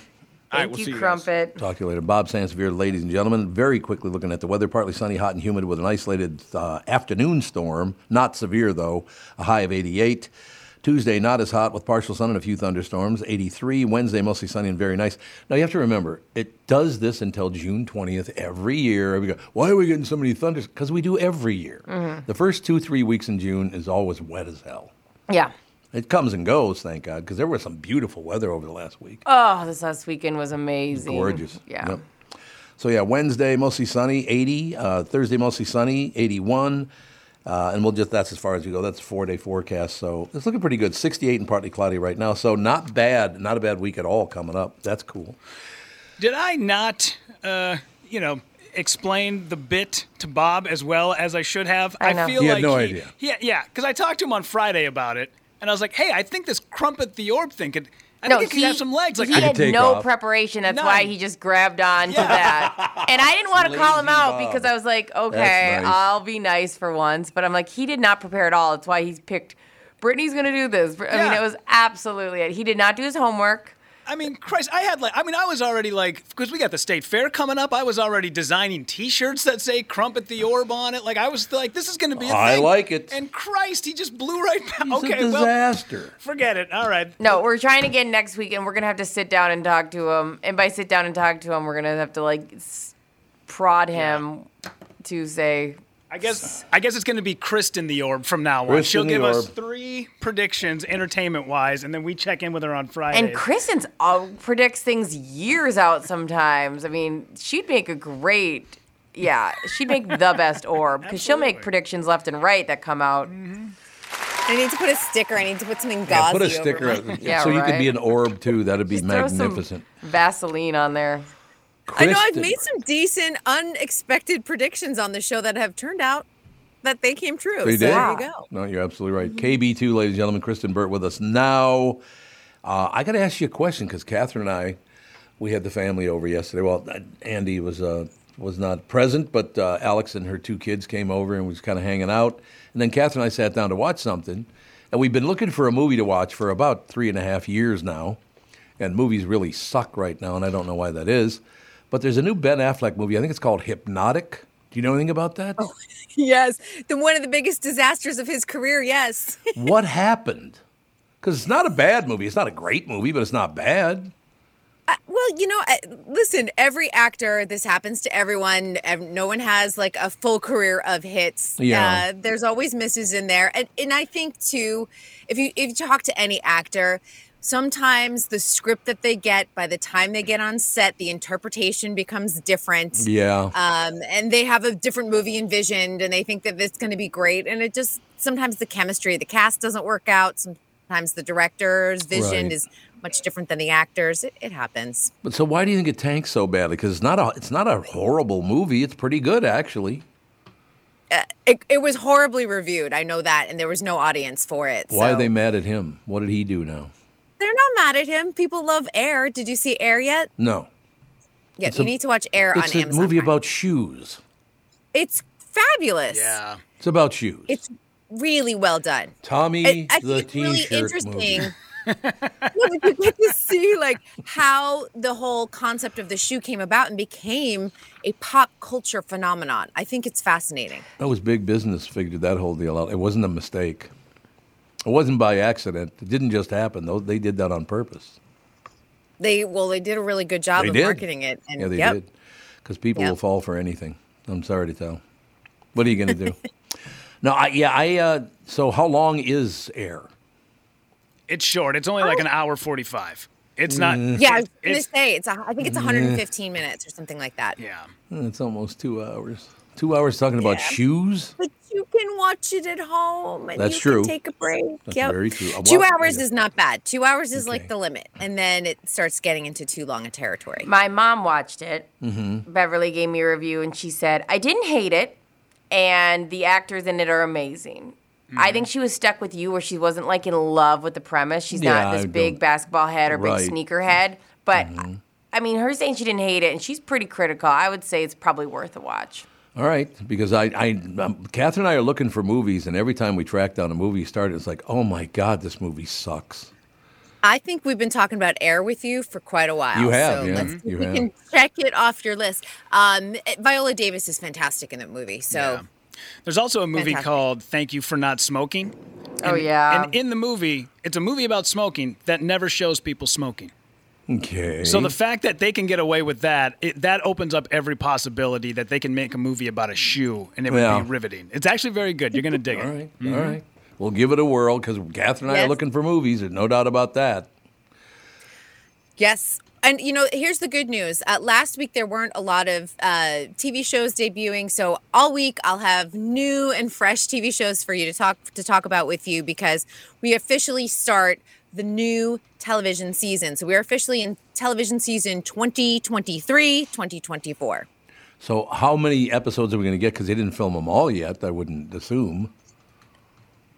[SPEAKER 9] All right,
[SPEAKER 3] Thank
[SPEAKER 9] we'll see
[SPEAKER 3] you,
[SPEAKER 9] you guys.
[SPEAKER 3] Crumpet.
[SPEAKER 2] Talk to you later. Bob Sansevier, ladies and gentlemen. Very quickly looking at the weather partly sunny, hot, and humid with an isolated uh, afternoon storm. Not severe, though. A high of 88. Tuesday, not as hot with partial sun and a few thunderstorms. 83. Wednesday, mostly sunny and very nice. Now, you have to remember, it does this until June 20th every year. We go, why are we getting so many thunders? Because we do every year.
[SPEAKER 3] Mhm.
[SPEAKER 2] The first two, three weeks in June is always wet as hell.
[SPEAKER 3] Yeah.
[SPEAKER 2] It comes and goes, thank God, because there was some beautiful weather over the last week.
[SPEAKER 3] Oh, this last weekend was amazing.
[SPEAKER 2] Gorgeous.
[SPEAKER 3] Yeah.
[SPEAKER 2] Yep. So yeah, Wednesday mostly sunny, 80. Uh, Thursday mostly sunny, 81. Uh, and we'll just that's as far as we go. That's a four day forecast. So it's looking pretty good. 68 and partly cloudy right now. So not bad. Not a bad week at all coming up. That's cool.
[SPEAKER 4] Did I not, uh, you know, explain the bit to Bob as well as I should have?
[SPEAKER 2] I
[SPEAKER 4] I,
[SPEAKER 2] know.
[SPEAKER 4] feel
[SPEAKER 2] He had
[SPEAKER 4] like
[SPEAKER 2] no idea.
[SPEAKER 4] Yeah, yeah, because I talked to him on Friday about it, and I was like, "Hey, I think this crumpet the orb thing could, I
[SPEAKER 3] no,
[SPEAKER 4] think it
[SPEAKER 3] he
[SPEAKER 4] could have some legs." Like
[SPEAKER 3] he
[SPEAKER 4] I
[SPEAKER 3] had no preparation. That's why he just grabbed on to that. And I didn't want to call him
[SPEAKER 4] Lazy
[SPEAKER 3] out
[SPEAKER 4] Bob.
[SPEAKER 3] because I was like, okay,
[SPEAKER 4] nice.
[SPEAKER 3] I'll be nice for once. But I'm like, he did not prepare at all. That's why he's picked. Brittany's gonna do this. I mean,
[SPEAKER 4] Yeah.
[SPEAKER 3] it was absolutely it. He did not do his homework.
[SPEAKER 4] I mean, Christ, I had like, I mean, I was already like, because we got the state fair coming up, I was already designing T-shirts that say "Crumpet the Orb" on it. Like, I was like, this is going to be. a
[SPEAKER 2] I
[SPEAKER 4] thing.
[SPEAKER 2] like it.
[SPEAKER 4] And Christ, he just blew right past. okay, well,
[SPEAKER 2] disaster.
[SPEAKER 4] forget it. All right.
[SPEAKER 3] No, we're trying again next week, and we're gonna have to sit down and talk to him. And by sit down and talk to him, we're gonna have to like s- prod him to say,
[SPEAKER 4] I guess I guess it's going to be Kristen the Orb from now on.
[SPEAKER 2] Kristen
[SPEAKER 4] She'll
[SPEAKER 2] the
[SPEAKER 4] give us
[SPEAKER 2] Orb.
[SPEAKER 4] three predictions, entertainment-wise, and then we check in with her on Friday.
[SPEAKER 3] And Kristen's uh, predicts things years out sometimes. I mean, she'd make a great, yeah, she'd make the best orb because she'll make predictions left and right that come out.
[SPEAKER 11] I need to put a sticker. I need to put something gauzy
[SPEAKER 2] Yeah, put a
[SPEAKER 11] over
[SPEAKER 2] sticker
[SPEAKER 11] my-
[SPEAKER 2] up. so you could be an orb too. That'd be
[SPEAKER 3] throw some-
[SPEAKER 2] magnificent.
[SPEAKER 3] Vaseline on there.
[SPEAKER 11] I know I've
[SPEAKER 2] Kristen.
[SPEAKER 11] made some decent, unexpected predictions on the show that have turned out that they came true.
[SPEAKER 2] They
[SPEAKER 11] so
[SPEAKER 2] did.
[SPEAKER 11] there you go. Mm-hmm.
[SPEAKER 2] No, you're absolutely right. KB2, ladies and gentlemen, Kristen Burt with us now. Uh, I got to ask you a question because Catherine and I, we had the family over yesterday. Well, uh, Andy was uh, was not present, but uh, Alex and her two kids came over and we was kind of hanging out. And then Catherine and I sat down to watch something, and we've been looking for a movie to watch for about three and a half years now. And movies really suck right now, and I don't know why that is. But there's a new Ben Affleck movie. I think it's called Hypnotic. Do you know anything about that?
[SPEAKER 11] Oh, yes. The one of the biggest disasters of his career, yes.
[SPEAKER 2] what happened? Because it's not a bad movie. It's not a great movie, but it's not bad.
[SPEAKER 11] Well, you know, I- listen, every actor, this happens to everyone. ev- No one has like a full career of hits.
[SPEAKER 12] Yeah.
[SPEAKER 11] Uh, there's always misses in there. And and I think too, if you if you talk to any actor, sometimes the script that they get by the time they get on set, the interpretation becomes different.
[SPEAKER 2] Yeah.
[SPEAKER 11] Um, and they have a different movie envisioned and they think that it's going to be great and it just sometimes the chemistry of the cast doesn't work out. Sometimes the director's vision
[SPEAKER 2] Right.
[SPEAKER 11] is much different than the actors. It, it happens.
[SPEAKER 2] But so why do you think it tanks so badly? Because it's not a it's not a horrible movie. It's pretty good actually.
[SPEAKER 11] Uh, it, it was horribly reviewed. I know that, and there was no audience for it.
[SPEAKER 2] Why are
[SPEAKER 11] so-
[SPEAKER 2] they mad at him? What did he do now?
[SPEAKER 11] They're not mad at him. People love Air. Did you see Air yet?
[SPEAKER 2] No.
[SPEAKER 11] Yeah,
[SPEAKER 2] It's
[SPEAKER 11] you
[SPEAKER 2] a-
[SPEAKER 11] need to watch Air on
[SPEAKER 2] it's a
[SPEAKER 11] Amazon.
[SPEAKER 2] movie about shoes.
[SPEAKER 11] It's fabulous. Yeah,
[SPEAKER 2] It's about shoes.
[SPEAKER 11] it's really well done.
[SPEAKER 2] Tommy
[SPEAKER 11] I- I think
[SPEAKER 2] the
[SPEAKER 11] it's really
[SPEAKER 2] T-shirt
[SPEAKER 11] interesting.
[SPEAKER 2] movie.
[SPEAKER 11] No, but you get to see like how the whole concept of the shoe came about and became a pop culture phenomenon. I think it's fascinating.
[SPEAKER 2] That was big business figured that whole deal out. It wasn't a mistake. It wasn't by accident. It didn't just happen. Though they did that on purpose.
[SPEAKER 11] They well, they did a really good job
[SPEAKER 2] They
[SPEAKER 11] of
[SPEAKER 2] did.
[SPEAKER 11] marketing it. And,
[SPEAKER 2] yeah, they
[SPEAKER 11] yep.
[SPEAKER 2] did. Because people
[SPEAKER 11] Yep.
[SPEAKER 2] will fall for anything. I'm sorry to tell. What are you going to do? no, I yeah I uh, so how long is Air?
[SPEAKER 4] It's short. It's only like an hour forty-five. It's not.
[SPEAKER 2] Mm.
[SPEAKER 11] Yeah, I was
[SPEAKER 4] it's-
[SPEAKER 11] gonna say it's. a- I think it's
[SPEAKER 2] Yeah.
[SPEAKER 11] 115 minutes or something like that.
[SPEAKER 4] Yeah,
[SPEAKER 2] Hmm, It's almost two hours. Two hours talking about shoes.
[SPEAKER 11] but you can watch it at home. And
[SPEAKER 2] That's
[SPEAKER 11] you can
[SPEAKER 2] true.
[SPEAKER 11] take a break.
[SPEAKER 2] That's
[SPEAKER 11] yep.
[SPEAKER 2] very true. I
[SPEAKER 11] Two
[SPEAKER 2] watched-
[SPEAKER 11] hours is not bad. Two hours is like the limit, and then it starts getting into too long a territory.
[SPEAKER 3] My mom watched it.
[SPEAKER 2] Mm-hmm.
[SPEAKER 3] Beverly gave me a review and she said, I didn't hate it, and the actors in it are amazing.
[SPEAKER 2] Mm-hmm.
[SPEAKER 3] I think she was stuck with you where she wasn't like in love with the premise. She's
[SPEAKER 2] Yeah,
[SPEAKER 3] not
[SPEAKER 2] I
[SPEAKER 3] this big
[SPEAKER 2] don't-
[SPEAKER 3] basketball head or
[SPEAKER 2] Right. Mm-hmm.
[SPEAKER 3] big sneaker head. But I mean, her saying she didn't hate it and she's pretty critical. I would say it's probably worth a watch.
[SPEAKER 2] All right, because I, I um, Catherine and I are looking for movies, and every time we track down a movie started, it's like, oh my god, this movie sucks.
[SPEAKER 11] I think we've been talking about air with you for quite a while.
[SPEAKER 2] You have,
[SPEAKER 11] so
[SPEAKER 2] yeah,
[SPEAKER 11] Let's see if
[SPEAKER 2] you
[SPEAKER 11] we
[SPEAKER 2] have.
[SPEAKER 11] can check it off your list. Um, Viola Davis is fantastic in that movie. So.
[SPEAKER 4] There's also a movie
[SPEAKER 11] Fantastic.
[SPEAKER 4] called Thank You for Not Smoking.
[SPEAKER 11] Oh,
[SPEAKER 4] And-
[SPEAKER 11] yeah.
[SPEAKER 4] And in the movie, it's a movie about smoking that never shows people smoking.
[SPEAKER 2] Okay.
[SPEAKER 4] So the fact that they can get away with that, it, that opens up every possibility that they can make a movie about a shoe and it would
[SPEAKER 2] Yeah.
[SPEAKER 4] be riveting. It's actually very good. You're going to dig it. Mhm.
[SPEAKER 2] All right, we'll give it a whirl because Catherine and I are
[SPEAKER 11] Yes.
[SPEAKER 2] looking for movies. There's no doubt about that.
[SPEAKER 11] Yes. And you know, here's the good news. Uh, last week there weren't a lot of uh, TV shows debuting, so all week I'll have new and fresh TV shows for you to talk to talk about with you because we officially start the new television season. So we're officially in television season 2023, 2024.
[SPEAKER 2] So how many episodes are we going to get? Because they didn't film them all yet. I wouldn't assume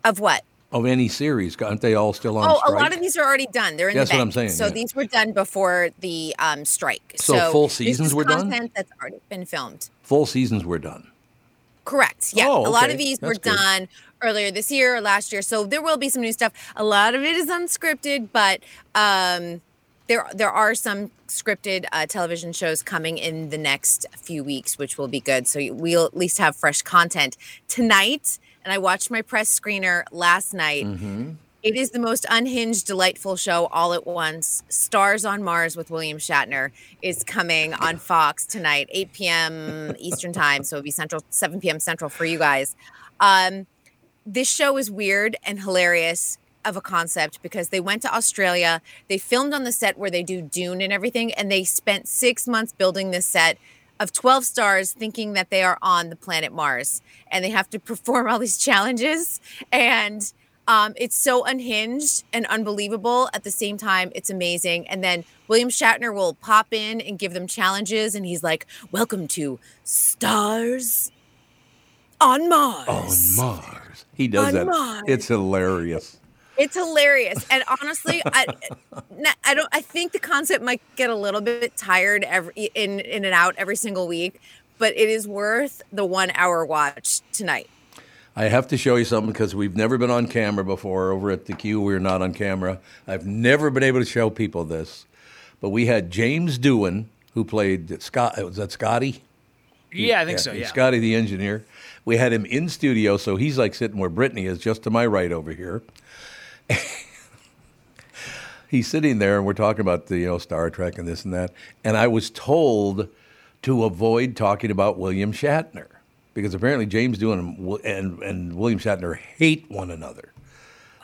[SPEAKER 11] Of what?
[SPEAKER 2] of any series. Aren't they all still on
[SPEAKER 11] oh,
[SPEAKER 2] strike?
[SPEAKER 11] a lot of these are already done. They're in
[SPEAKER 2] That's
[SPEAKER 11] the
[SPEAKER 2] what
[SPEAKER 11] bank.
[SPEAKER 2] I'm saying,
[SPEAKER 11] So
[SPEAKER 2] yeah.
[SPEAKER 11] these were done before the um, strike.
[SPEAKER 2] So full
[SPEAKER 11] this
[SPEAKER 2] seasons
[SPEAKER 11] is
[SPEAKER 2] were done?
[SPEAKER 11] Content that's already been filmed.
[SPEAKER 2] Full seasons were done.
[SPEAKER 11] Correct. Yeah.
[SPEAKER 2] Oh,
[SPEAKER 11] A lot
[SPEAKER 2] okay.
[SPEAKER 11] of these were
[SPEAKER 2] That's good.
[SPEAKER 11] done earlier this year or last year. So there will be some new stuff. A lot of it is unscripted, but um, there there are some scripted uh, television shows coming in the next few weeks, which will be good. So you- we'll at least have fresh content tonight. And I watched my press screener last night.
[SPEAKER 2] Mhm.
[SPEAKER 11] It is the most unhinged, delightful show all at once. Stars on Mars with William Shatner is coming on Fox tonight, 8 p.m. Eastern time. So it'll be Central, 7 p.m. Central for you guys. Um, this show is weird and hilarious of a concept because they went to Australia. They filmed on the set where they do Dune and everything, and they spent six months building this set of 12 stars thinking that they are on the planet Mars and they have to perform all these challenges. And um, it's so unhinged and unbelievable. At the same time, it's amazing. And then William Shatner will pop in and give them challenges, and he's like, Welcome to Stars on Mars.
[SPEAKER 2] On Mars, he does
[SPEAKER 11] On
[SPEAKER 2] that.
[SPEAKER 11] Mars.
[SPEAKER 2] It's hilarious.
[SPEAKER 11] It's hilarious, and honestly, I, n- I don't. I think the concept might get a little bit tired every in in and out every single week, but it is worth the one hour watch tonight.
[SPEAKER 2] I have to show you something because we've never been on camera before. Over at the Q, we are not on camera. I've never been able to show people this, but we had James Doohan, who played Scott. Was that Scotty?
[SPEAKER 4] Yeah, I think so, yeah.
[SPEAKER 2] Scotty, the engineer. We had him in studio, so he's like sitting where Brittany is, just to my right over here. he's sitting there, and we're talking about the you know Star Trek and this and that. And I was told to avoid talking about William Shatner because apparently James Doohan and Wi- and, and William Shatner hate one another.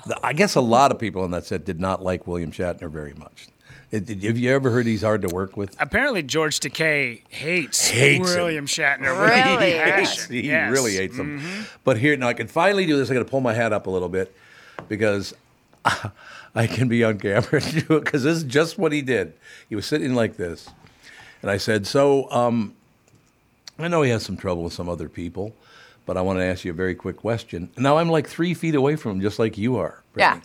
[SPEAKER 2] The- I guess a lot of people on that set did not like William Shatner very much. It- it- have you ever heard he's hard to work with?
[SPEAKER 4] Apparently, George Takei hates,
[SPEAKER 2] Hates him.
[SPEAKER 4] William Shatner. with
[SPEAKER 2] He
[SPEAKER 4] passion.
[SPEAKER 2] hates, he
[SPEAKER 4] Yes.
[SPEAKER 2] really hates them. But here now, I can finally do this. I got to pull my hat up a little bit because I can be on camera and do it because this is just what he did. He was sitting like this, and I said, "So, um, I know he has some trouble with some other people, but I want to ask you a very quick question." Now I'm like three feet away from him, just like you are.
[SPEAKER 3] Yeah.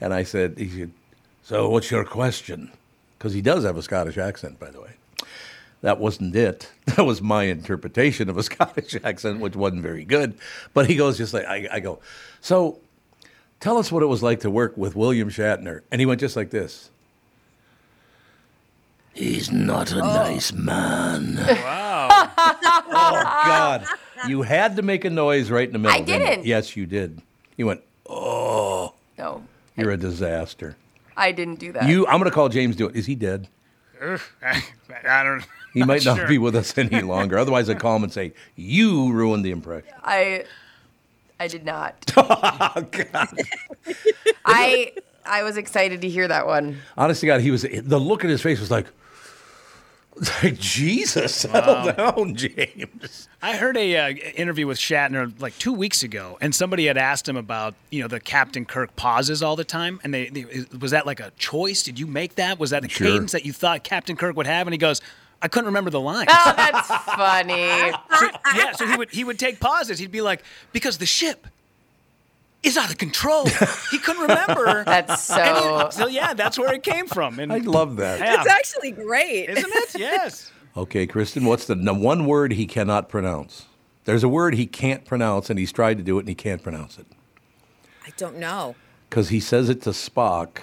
[SPEAKER 2] And I said, he said, So what's your question? Because he does have a Scottish accent, by the way. That wasn't it. That was my interpretation of a Scottish accent, which wasn't very good. But he goes just like, I, I go, So tell us what it was like to work with William Shatner. And he went just like this. He's not
[SPEAKER 3] Oh.
[SPEAKER 2] a nice man. Oh,
[SPEAKER 5] Wow.
[SPEAKER 2] God, you had to make a noise right in the middle.
[SPEAKER 3] I
[SPEAKER 2] you?
[SPEAKER 3] didn't.
[SPEAKER 2] Yes, you did. You went, Oh,
[SPEAKER 3] No,
[SPEAKER 2] you're a disaster.
[SPEAKER 3] I didn't do that.
[SPEAKER 2] You, I'm going to call James Dewitt. Is he dead?
[SPEAKER 4] Ugh, I, I don't.
[SPEAKER 2] He might not
[SPEAKER 4] sure.
[SPEAKER 2] be with us any longer. Otherwise, I'd call him and say, You ruined the impression.
[SPEAKER 3] I, I did not.
[SPEAKER 2] oh, God.
[SPEAKER 3] I, I was excited to hear that one.
[SPEAKER 2] Honest to God, he was, the look in his face was like, like Jesus, settle down, James.
[SPEAKER 4] I heard a uh, interview with Shatner like two weeks ago, and somebody had asked him about you know the Captain Kirk pauses all the time, and they, they was that like a choice? Did you make that? Was that the
[SPEAKER 2] Sure.
[SPEAKER 4] cadence that you thought Captain Kirk would have? And he goes, I couldn't remember the line.
[SPEAKER 3] Oh, that's funny.
[SPEAKER 4] So, yeah, so he would he would take pauses. He'd be like, because the ship is out of control. He couldn't remember.
[SPEAKER 3] That's so-
[SPEAKER 4] And so yeah, that's where it came from. And
[SPEAKER 2] I love that.
[SPEAKER 11] It's actually great,
[SPEAKER 4] isn't it? Yes.
[SPEAKER 2] Okay, Kristen, what's the num- one word he cannot pronounce? There's a word he can't pronounce, and he's tried to do it, and he can't pronounce it.
[SPEAKER 11] I don't know.
[SPEAKER 2] because he says it to Spock.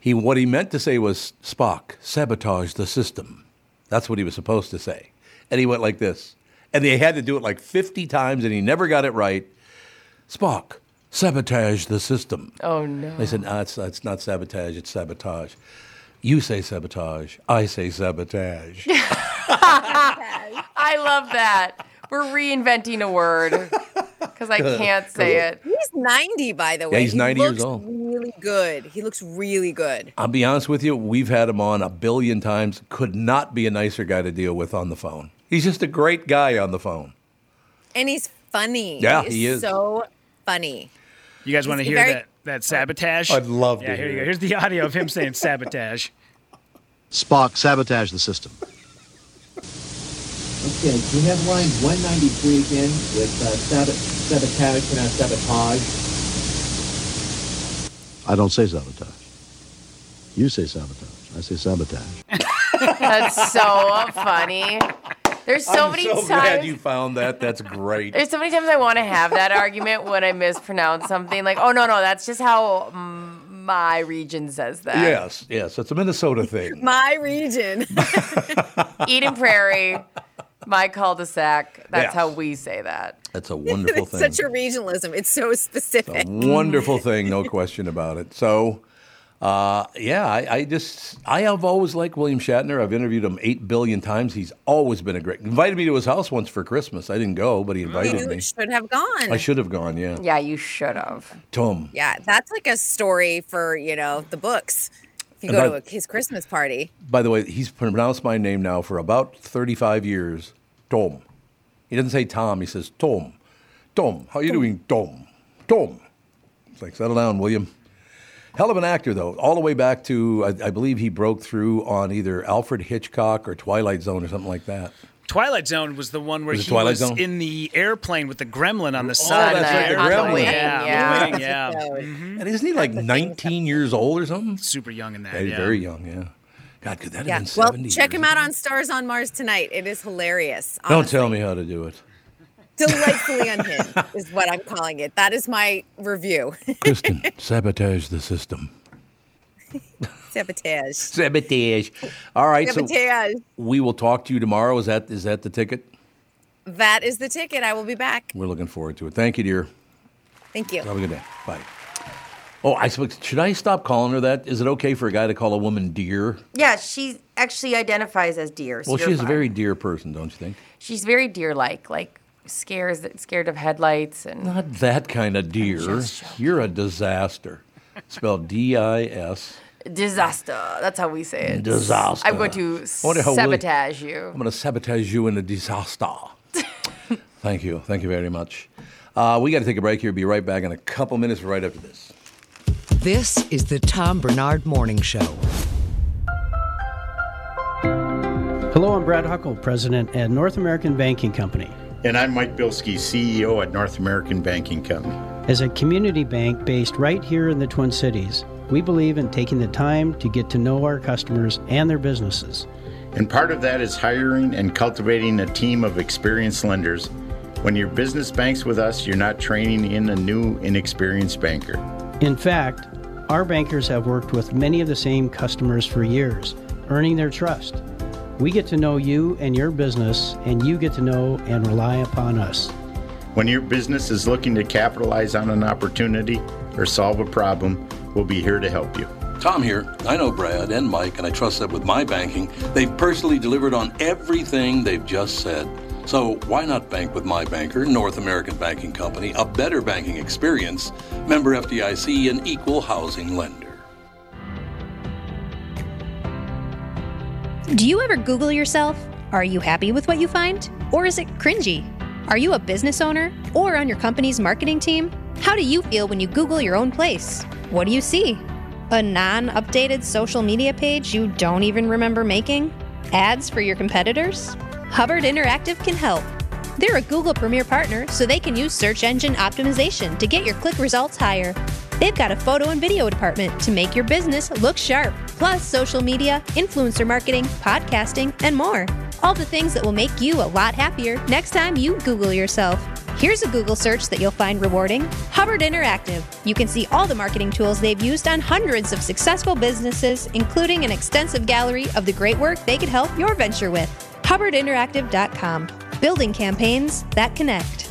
[SPEAKER 2] He what he meant to say was Spock sabotage the system. That's what he was supposed to say, and he went like this, and they had to do it like fifty times, and he never got it right. Spock sabotage the system.
[SPEAKER 3] Oh no.
[SPEAKER 2] They said, no, it's, it's not sabotage, it's sabotage. You say sabotage, I say sabotage.
[SPEAKER 3] I love that. We're reinventing a word because I can't say it.
[SPEAKER 11] He's 90, by the
[SPEAKER 2] Yeah,
[SPEAKER 11] way.
[SPEAKER 2] he's 90
[SPEAKER 11] he
[SPEAKER 2] years
[SPEAKER 11] looks
[SPEAKER 2] old.
[SPEAKER 11] Really good. He looks really good.
[SPEAKER 2] I'll be honest with you, we've had him on a billion times. Could not be a nicer guy to deal with on the phone. He's just a great guy on the phone.
[SPEAKER 11] And he's funny.
[SPEAKER 2] Yeah, he is.
[SPEAKER 11] so funny.
[SPEAKER 4] You guys want to
[SPEAKER 11] He's
[SPEAKER 4] hear
[SPEAKER 11] very-
[SPEAKER 4] that that sabotage?
[SPEAKER 12] I'd love
[SPEAKER 4] yeah,
[SPEAKER 12] to
[SPEAKER 4] Here
[SPEAKER 12] hear it.
[SPEAKER 4] you go. Here's the audio of him saying sabotage.
[SPEAKER 12] Spock sabotage the system.
[SPEAKER 13] Okay, do you have line 193 again with uh, sabot- sabotage, pronounced sabotage?
[SPEAKER 12] I don't say sabotage. You say sabotage. I say sabotage.
[SPEAKER 3] That's so funny. There's so
[SPEAKER 2] I'm
[SPEAKER 3] many
[SPEAKER 2] so
[SPEAKER 3] times.
[SPEAKER 2] glad you found that. That's great.
[SPEAKER 3] There's so many times I want to have that argument when I mispronounce something. Like, oh no, no, that's just how mm, my region says that.
[SPEAKER 2] yes, yes, it's a Minnesota thing.
[SPEAKER 11] My region.
[SPEAKER 3] Eden Prairie, my cul-de-sac. That's
[SPEAKER 2] Yes.
[SPEAKER 3] how we say that.
[SPEAKER 2] That's a wonderful
[SPEAKER 11] it's
[SPEAKER 2] thing.
[SPEAKER 11] such a regionalism. It's so specific.
[SPEAKER 2] wonderful thing, no question about it. So, uh, yeah, I, I just I have always liked William Shatner. I've interviewed him eight billion times. He's always been a great. Invited me to his house once for Christmas. I didn't go, but he invited
[SPEAKER 11] You
[SPEAKER 2] me.
[SPEAKER 11] should have gone.
[SPEAKER 2] I should have gone. Yeah,
[SPEAKER 3] Yeah, you should have.
[SPEAKER 2] Tom.
[SPEAKER 11] Yeah, that's like a story for, you know, the books. If you
[SPEAKER 2] And
[SPEAKER 11] go to
[SPEAKER 2] I-
[SPEAKER 11] a, his Christmas party.
[SPEAKER 2] By the way, he's pronounced my name now for about 35 years. Tom. He doesn't say Tom. He says Tom. Tom, how you doing, Tom? Tom. It's like settle down, William. Hell of an actor, though. All the way back to I, I believe he broke through on either Alfred Hitchcock or Twilight Zone or something like that.
[SPEAKER 4] Twilight Zone was the one where
[SPEAKER 2] Was it
[SPEAKER 4] he
[SPEAKER 2] Twilight
[SPEAKER 4] was
[SPEAKER 2] Zone? Oh,
[SPEAKER 4] in the airplane with the gremlin on the side.
[SPEAKER 2] that's
[SPEAKER 4] of
[SPEAKER 2] right, the
[SPEAKER 4] airplane.
[SPEAKER 2] gremlin.
[SPEAKER 4] Yeah,
[SPEAKER 2] Yeah.
[SPEAKER 4] the wing, yeah.
[SPEAKER 11] Mm-hmm.
[SPEAKER 2] And isn't he like 19 years old or something?
[SPEAKER 4] Super young in that.
[SPEAKER 2] Very,
[SPEAKER 4] yeah.
[SPEAKER 2] very young. Yeah. God, could that
[SPEAKER 11] yeah.
[SPEAKER 2] have been
[SPEAKER 11] Well,
[SPEAKER 2] 70?
[SPEAKER 11] check him out on Stars on Mars tonight. It is hilarious.
[SPEAKER 2] Don't tell me how to do it,
[SPEAKER 11] Delightfully unhinged is what I'm calling it. That is my review.
[SPEAKER 2] Kristen. sabotage the system.
[SPEAKER 11] Sabotage.
[SPEAKER 2] Sabotage. All right. So
[SPEAKER 11] Sabotage.
[SPEAKER 2] we will talk to you tomorrow. Is that is that the ticket?
[SPEAKER 11] That is the ticket. I will be back.
[SPEAKER 2] We're looking forward to it. Thank you, dear.
[SPEAKER 11] Thank you.
[SPEAKER 2] Have a good day. Bye. Oh, I suppose- should I stop calling her that? Is it okay for a guy to call a woman dear?
[SPEAKER 3] Yeah, she actually identifies as deer. so
[SPEAKER 2] Well,
[SPEAKER 3] you're
[SPEAKER 2] she's a
[SPEAKER 3] fine.
[SPEAKER 2] very dear person, don't you think?
[SPEAKER 3] she's very deer-like, like scares scared of headlights and
[SPEAKER 2] Not that kind of dear. You're a disaster. Spelled D I S.
[SPEAKER 3] disaster. That's how we say it.
[SPEAKER 2] Disaster.
[SPEAKER 3] I'm going to
[SPEAKER 2] I wonder how Willie-
[SPEAKER 3] sabotage
[SPEAKER 2] I'm
[SPEAKER 3] you.
[SPEAKER 2] going to sabotage you in a disaster. Thank you. Thank you very much. Uh, we got to take a break here. Be right back in a couple minutes, right after this.
[SPEAKER 1] This is the Tom Bernard Morning Show.
[SPEAKER 14] Hello, I'm Brad Huckle, president at North American Banking Company.
[SPEAKER 15] And I'm Mike Bilski, CEO at North American Banking Company.
[SPEAKER 14] As a community bank based right here in the Twin Cities, we believe in taking the time to get to know our customers and their businesses.
[SPEAKER 15] And part of that is hiring and cultivating a team of experienced lenders. When your business banks with us, you're not training in a new, inexperienced banker.
[SPEAKER 14] In fact, our bankers have worked with many of the same customers for years, earning their trust. We get to know you and your business, and you get to know and rely upon us.
[SPEAKER 15] When your business is looking to capitalize on an opportunity or solve a problem, we'll be here to help you.
[SPEAKER 2] Tom here. I know Brad and Mike, and I trust that with my banking, they've personally delivered on everything they've just said. So why not bank with my banker, North American Banking Company, a better banking experience, member FDIC, and equal housing lender?
[SPEAKER 16] Do you ever Google yourself? Are you happy with what you find? Or is it cringy? Are you a business owner or on your company's marketing team? How do you feel when you Google your own place? What do you see? A non updated social media page you don't even remember making? Ads for your competitors? Hubbard Interactive can help. They're a Google Premier partner, so they can use search engine optimization to get your click results higher. They've got a photo and video department to make your business look sharp, plus social media, influencer marketing, podcasting, and more. All the things that will make you a lot happier next time you Google yourself. Here's a Google search that you'll find rewarding Hubbard Interactive. You can see all the marketing tools they've used on hundreds of successful businesses, including an extensive gallery of the great work they could help your venture with. HubbardInteractive.com. Building campaigns that connect.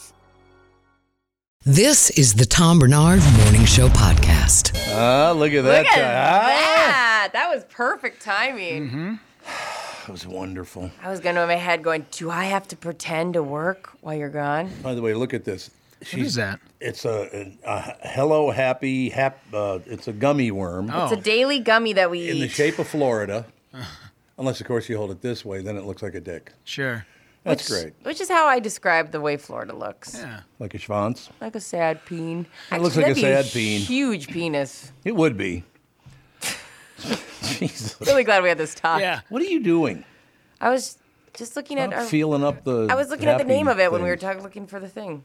[SPEAKER 1] This is the Tom Bernard Morning Show podcast.
[SPEAKER 2] Ah, look at that.
[SPEAKER 3] Look at
[SPEAKER 2] Ah,
[SPEAKER 3] that. That was perfect timing.
[SPEAKER 2] Mm-hmm. That was wonderful.
[SPEAKER 3] I was going to in my head going, do I have to pretend to work while you're gone?
[SPEAKER 2] By the way, look at this. She's,
[SPEAKER 3] is that?
[SPEAKER 2] It's a, an- a hello happy hap. Uh, it's a gummy worm.
[SPEAKER 3] It's a daily gummy that we
[SPEAKER 2] Oh. in
[SPEAKER 3] Oh,
[SPEAKER 2] the
[SPEAKER 3] eat.
[SPEAKER 2] shape of Florida. Unless, of course, you hold it this way, then it looks like a dick.
[SPEAKER 4] Sure.
[SPEAKER 2] That's
[SPEAKER 3] which,
[SPEAKER 2] great.
[SPEAKER 3] Which is how I describe the way Florida looks. Yeah.
[SPEAKER 2] Like a schwanz.
[SPEAKER 3] Like a sad peen.
[SPEAKER 2] It looks like
[SPEAKER 3] that'd
[SPEAKER 2] a
[SPEAKER 3] be
[SPEAKER 2] sad peen.
[SPEAKER 3] Huge penis.
[SPEAKER 2] It would be. Jesus.
[SPEAKER 3] Really glad we had this talk.
[SPEAKER 2] Yeah. What are you doing?
[SPEAKER 3] I was just looking at our,
[SPEAKER 2] Feeling up the.
[SPEAKER 3] I was looking at the
[SPEAKER 2] happy
[SPEAKER 3] name of it when we were
[SPEAKER 2] things.
[SPEAKER 3] talking, looking for the thing.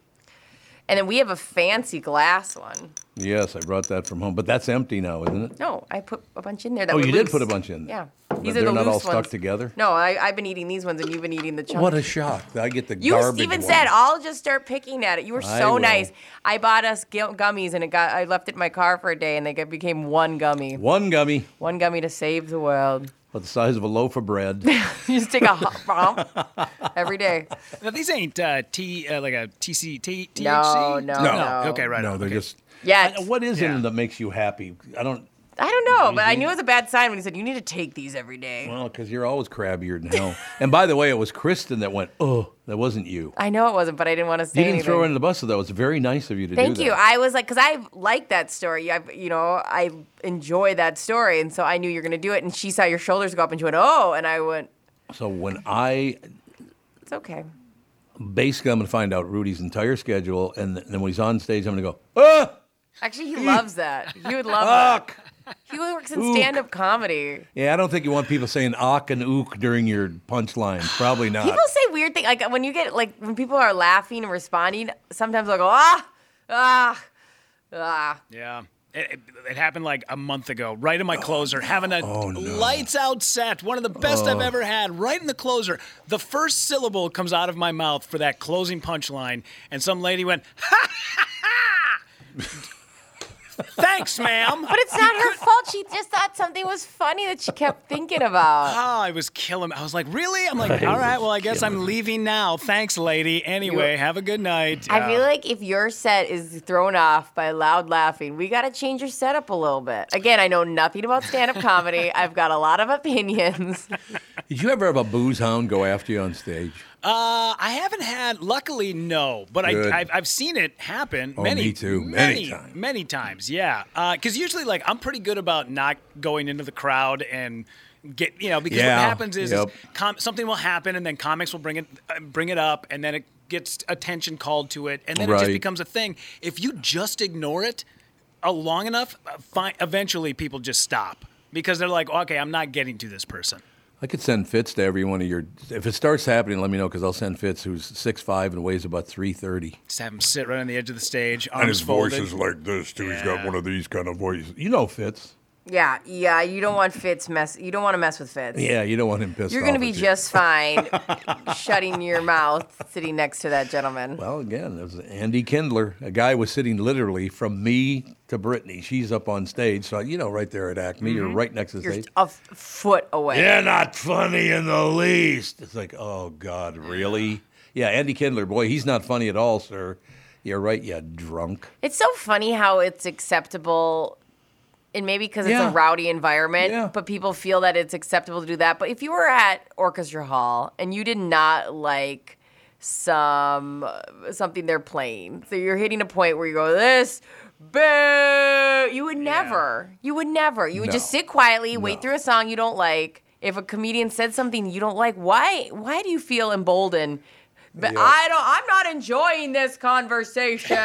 [SPEAKER 3] And then we have a fancy glass one.
[SPEAKER 2] Yes, I brought that from home, but that's empty now, isn't it?
[SPEAKER 3] No, I put a bunch in there. That
[SPEAKER 2] Oh,
[SPEAKER 3] were
[SPEAKER 2] you did
[SPEAKER 3] loose.
[SPEAKER 2] put a bunch in there.
[SPEAKER 3] Yeah,
[SPEAKER 2] But
[SPEAKER 3] these are
[SPEAKER 2] they're
[SPEAKER 3] the
[SPEAKER 2] not all
[SPEAKER 3] loose
[SPEAKER 2] stuck
[SPEAKER 3] ones.
[SPEAKER 2] together?
[SPEAKER 3] No, I, I've been eating these ones, and you've been eating the chunks.
[SPEAKER 2] What a shock! I get the
[SPEAKER 3] You
[SPEAKER 2] garbage.
[SPEAKER 3] even
[SPEAKER 2] one.
[SPEAKER 3] said, "I'll just start picking at it." You were
[SPEAKER 2] I
[SPEAKER 3] so
[SPEAKER 2] will.
[SPEAKER 3] nice. I bought us gu- gummies, and it got. I left it in my car for a day, and they got- became one gummy.
[SPEAKER 2] one gummy,
[SPEAKER 3] One gummy to save the world.
[SPEAKER 2] but the size of a loaf of bread.
[SPEAKER 3] you just take a hump hump every day.
[SPEAKER 4] Now, these ain't uh, T uh, like a TC, T, THC?
[SPEAKER 3] No, no,
[SPEAKER 2] no.
[SPEAKER 4] Okay, right.
[SPEAKER 2] No,
[SPEAKER 4] on,
[SPEAKER 2] they're
[SPEAKER 4] okay.
[SPEAKER 2] just.
[SPEAKER 3] Yes.
[SPEAKER 2] I- what is it that makes you happy? I don't.
[SPEAKER 3] I don't know, but I knew it was a bad sign when he said, "You need to take these every day."
[SPEAKER 2] Mhm. Well, because you're always crab-eared in hell. and by the way, it was Kristen that went. Oh, that wasn't you.
[SPEAKER 3] I know it wasn't, but I didn't want to say
[SPEAKER 2] You didn't
[SPEAKER 3] anything.
[SPEAKER 2] throw her under the bus, though. It's very nice of you to
[SPEAKER 3] Thank
[SPEAKER 2] do
[SPEAKER 3] you.
[SPEAKER 2] that.
[SPEAKER 3] I was like, because I like that story. I, you know, I enjoy that story, and so I knew you're gonna do it. And she saw your shoulders go up, and she went, "Oh!" And I went,
[SPEAKER 2] So when I
[SPEAKER 3] "It's okay."
[SPEAKER 2] basically, I'm going to find out Rudy's entire schedule, and then when he's on stage, I'm going to go, ah,
[SPEAKER 3] Actually, he loves that. He would love
[SPEAKER 2] Fuck.
[SPEAKER 3] that. He works in stand up comedy.
[SPEAKER 2] Yeah, I don't think you want people saying "ock" and "ook" during your punchline. Probably not.
[SPEAKER 3] People say weird things. Like when you get, like, when people are laughing and responding, sometimes they'll go, ah, ah, ah.
[SPEAKER 4] Yeah. It, it, it happened like a month ago, right in my closer, having a lights out set, one of the best I've
[SPEAKER 2] Oh.
[SPEAKER 4] ever had, right in the closer. The first syllable comes out of my mouth for that closing punchline, and some lady went, ha ha ha! Thanks, ma'am.
[SPEAKER 3] But it's not her fault. She just thought something was funny that she kept thinking about.
[SPEAKER 4] Oh, I was killing. I was like, really? I'm like,
[SPEAKER 3] I
[SPEAKER 4] all right, well, I guess I'm leaving now. Thanks, lady. Anyway, have a good night.
[SPEAKER 3] I feel
[SPEAKER 4] Uh,
[SPEAKER 3] like if your set is thrown off by loud laughing, we got to change your setup a little bit. Again, I know nothing about stand up comedy. I've got a lot of opinions.
[SPEAKER 2] Did you ever have a booze hound go after you on stage?
[SPEAKER 4] Uh, I haven't had. Luckily, no. But
[SPEAKER 2] Good.
[SPEAKER 4] I, I've, I've seen it happen
[SPEAKER 2] Oh,
[SPEAKER 4] many,
[SPEAKER 2] me too. Many
[SPEAKER 4] many,
[SPEAKER 2] times.
[SPEAKER 4] many times. Yeah, because usually, like, I'm pretty good about not going into the crowd and get you know because
[SPEAKER 2] Yeah.
[SPEAKER 4] what happens is, is
[SPEAKER 2] Yep.
[SPEAKER 4] com- something will happen and then comics will bring it uh, bring it up and then it gets attention called to it and then it just
[SPEAKER 2] Right.
[SPEAKER 4] becomes a thing. If you just ignore it uh, long enough, uh, fi- eventually people just stop because they're like, okay, I'm not getting to this person.
[SPEAKER 2] I could send Fitz to every one of your. If it starts happening, let me know because I'll send Fitz, who's six five and weighs about three thirty.
[SPEAKER 4] Just have him sit right on the edge of the stage, arms
[SPEAKER 2] And his voice
[SPEAKER 4] folded.
[SPEAKER 2] is like this, too. He's got
[SPEAKER 4] Yeah.
[SPEAKER 2] one of these kind of voices. You know Fitz.
[SPEAKER 3] yeah, yeah. You don't want Fitz mess. You don't want to mess with Fitz.
[SPEAKER 2] Yeah, you don't want him pissed.
[SPEAKER 3] You're going to
[SPEAKER 2] off
[SPEAKER 3] be
[SPEAKER 2] with you.
[SPEAKER 3] just fine shutting your mouth sitting next to that gentleman.
[SPEAKER 2] Well, again, there's Andy Kindler. A guy was sitting literally from me to Brittany. She's up on stage, so you know, right there at Acme, you're
[SPEAKER 3] Mhm.
[SPEAKER 2] right next to the
[SPEAKER 3] You're
[SPEAKER 2] stage.
[SPEAKER 3] a f- foot away.
[SPEAKER 2] You're not funny in the least. It's like, oh God, really? Yeah, Andy Kindler, boy, he's not funny at all, sir. You're right, you drunk.
[SPEAKER 3] It's so funny how it's acceptable, and maybe because it's
[SPEAKER 2] Yeah.
[SPEAKER 3] a rowdy environment, but people feel that it's acceptable to do that. But if you were at Orchestra Hall and you did not like some something they're playing, so you're hitting a point where you go this. Boo! You would never. You would never. You would just
[SPEAKER 2] No.
[SPEAKER 3] sit quietly, wait through a song you don't like. If a comedian said something you don't like, why? Why do you feel emboldened? But
[SPEAKER 2] Yeah.
[SPEAKER 3] I don't. I'm not enjoying this conversation.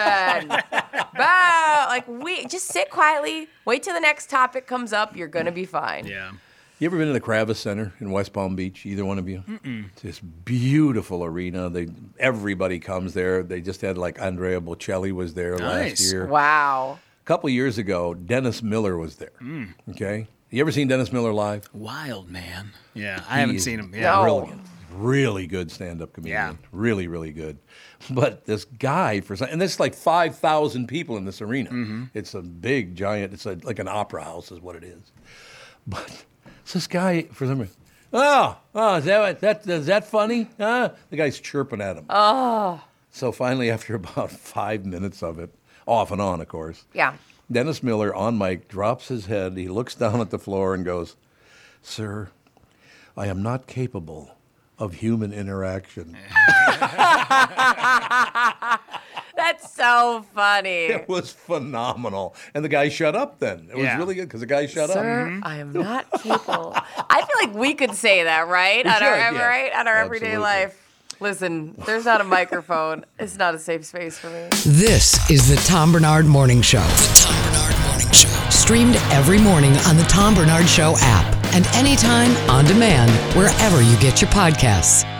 [SPEAKER 3] Bow. Like we just sit quietly, wait till the next topic comes up. You're gonna be fine.
[SPEAKER 4] Yeah.
[SPEAKER 2] You ever been to the Kravis Center in West Palm Beach? Either one of you?
[SPEAKER 3] Mm-mm.
[SPEAKER 2] It's this beautiful arena. They everybody comes there. They just had like Andrea Bocelli was there last year.
[SPEAKER 3] Wow.
[SPEAKER 2] A couple years ago, Dennis Miller was there.
[SPEAKER 4] Mm.
[SPEAKER 2] Okay, you ever seen Dennis Miller live?
[SPEAKER 4] Wild man. Yeah, I
[SPEAKER 2] He
[SPEAKER 4] haven't
[SPEAKER 2] is
[SPEAKER 4] seen him. Yeah.
[SPEAKER 2] Brilliant. Really good stand up comedian. Really, really good. But this guy, for some, and there's like 5,000 people in this arena. It's a big, giant, it's a, like an opera house, is what it is. But so this guy, for some reason, oh, oh, is that, what- that, is that funny? Huh? The guy's chirping at him.
[SPEAKER 3] Oh.
[SPEAKER 2] So finally, after about five minutes of it, off and on, of course,
[SPEAKER 3] Yeah.
[SPEAKER 2] Dennis Miller on mic drops his head. He looks down at the floor and goes, Sir, I am not capable of human interaction.
[SPEAKER 3] That's so funny.
[SPEAKER 2] it was phenomenal. And the guy shut up then. It was
[SPEAKER 3] Yeah.
[SPEAKER 2] really good because the guy shut up. Mm-hmm.
[SPEAKER 3] Sir, I am not capable. I feel like we could say that, right?
[SPEAKER 2] We
[SPEAKER 3] on our
[SPEAKER 2] should,
[SPEAKER 3] ev-
[SPEAKER 2] yeah.
[SPEAKER 3] right on our everyday
[SPEAKER 2] Absolutely.
[SPEAKER 3] life. Listen, there's not a microphone. It's not a safe space for me.
[SPEAKER 1] This is the Tom Bernard Morning Show. The Tom Bernard Morning Show. Streamed every morning on the Tom Bernard Show app and anytime on demand wherever you get your podcasts.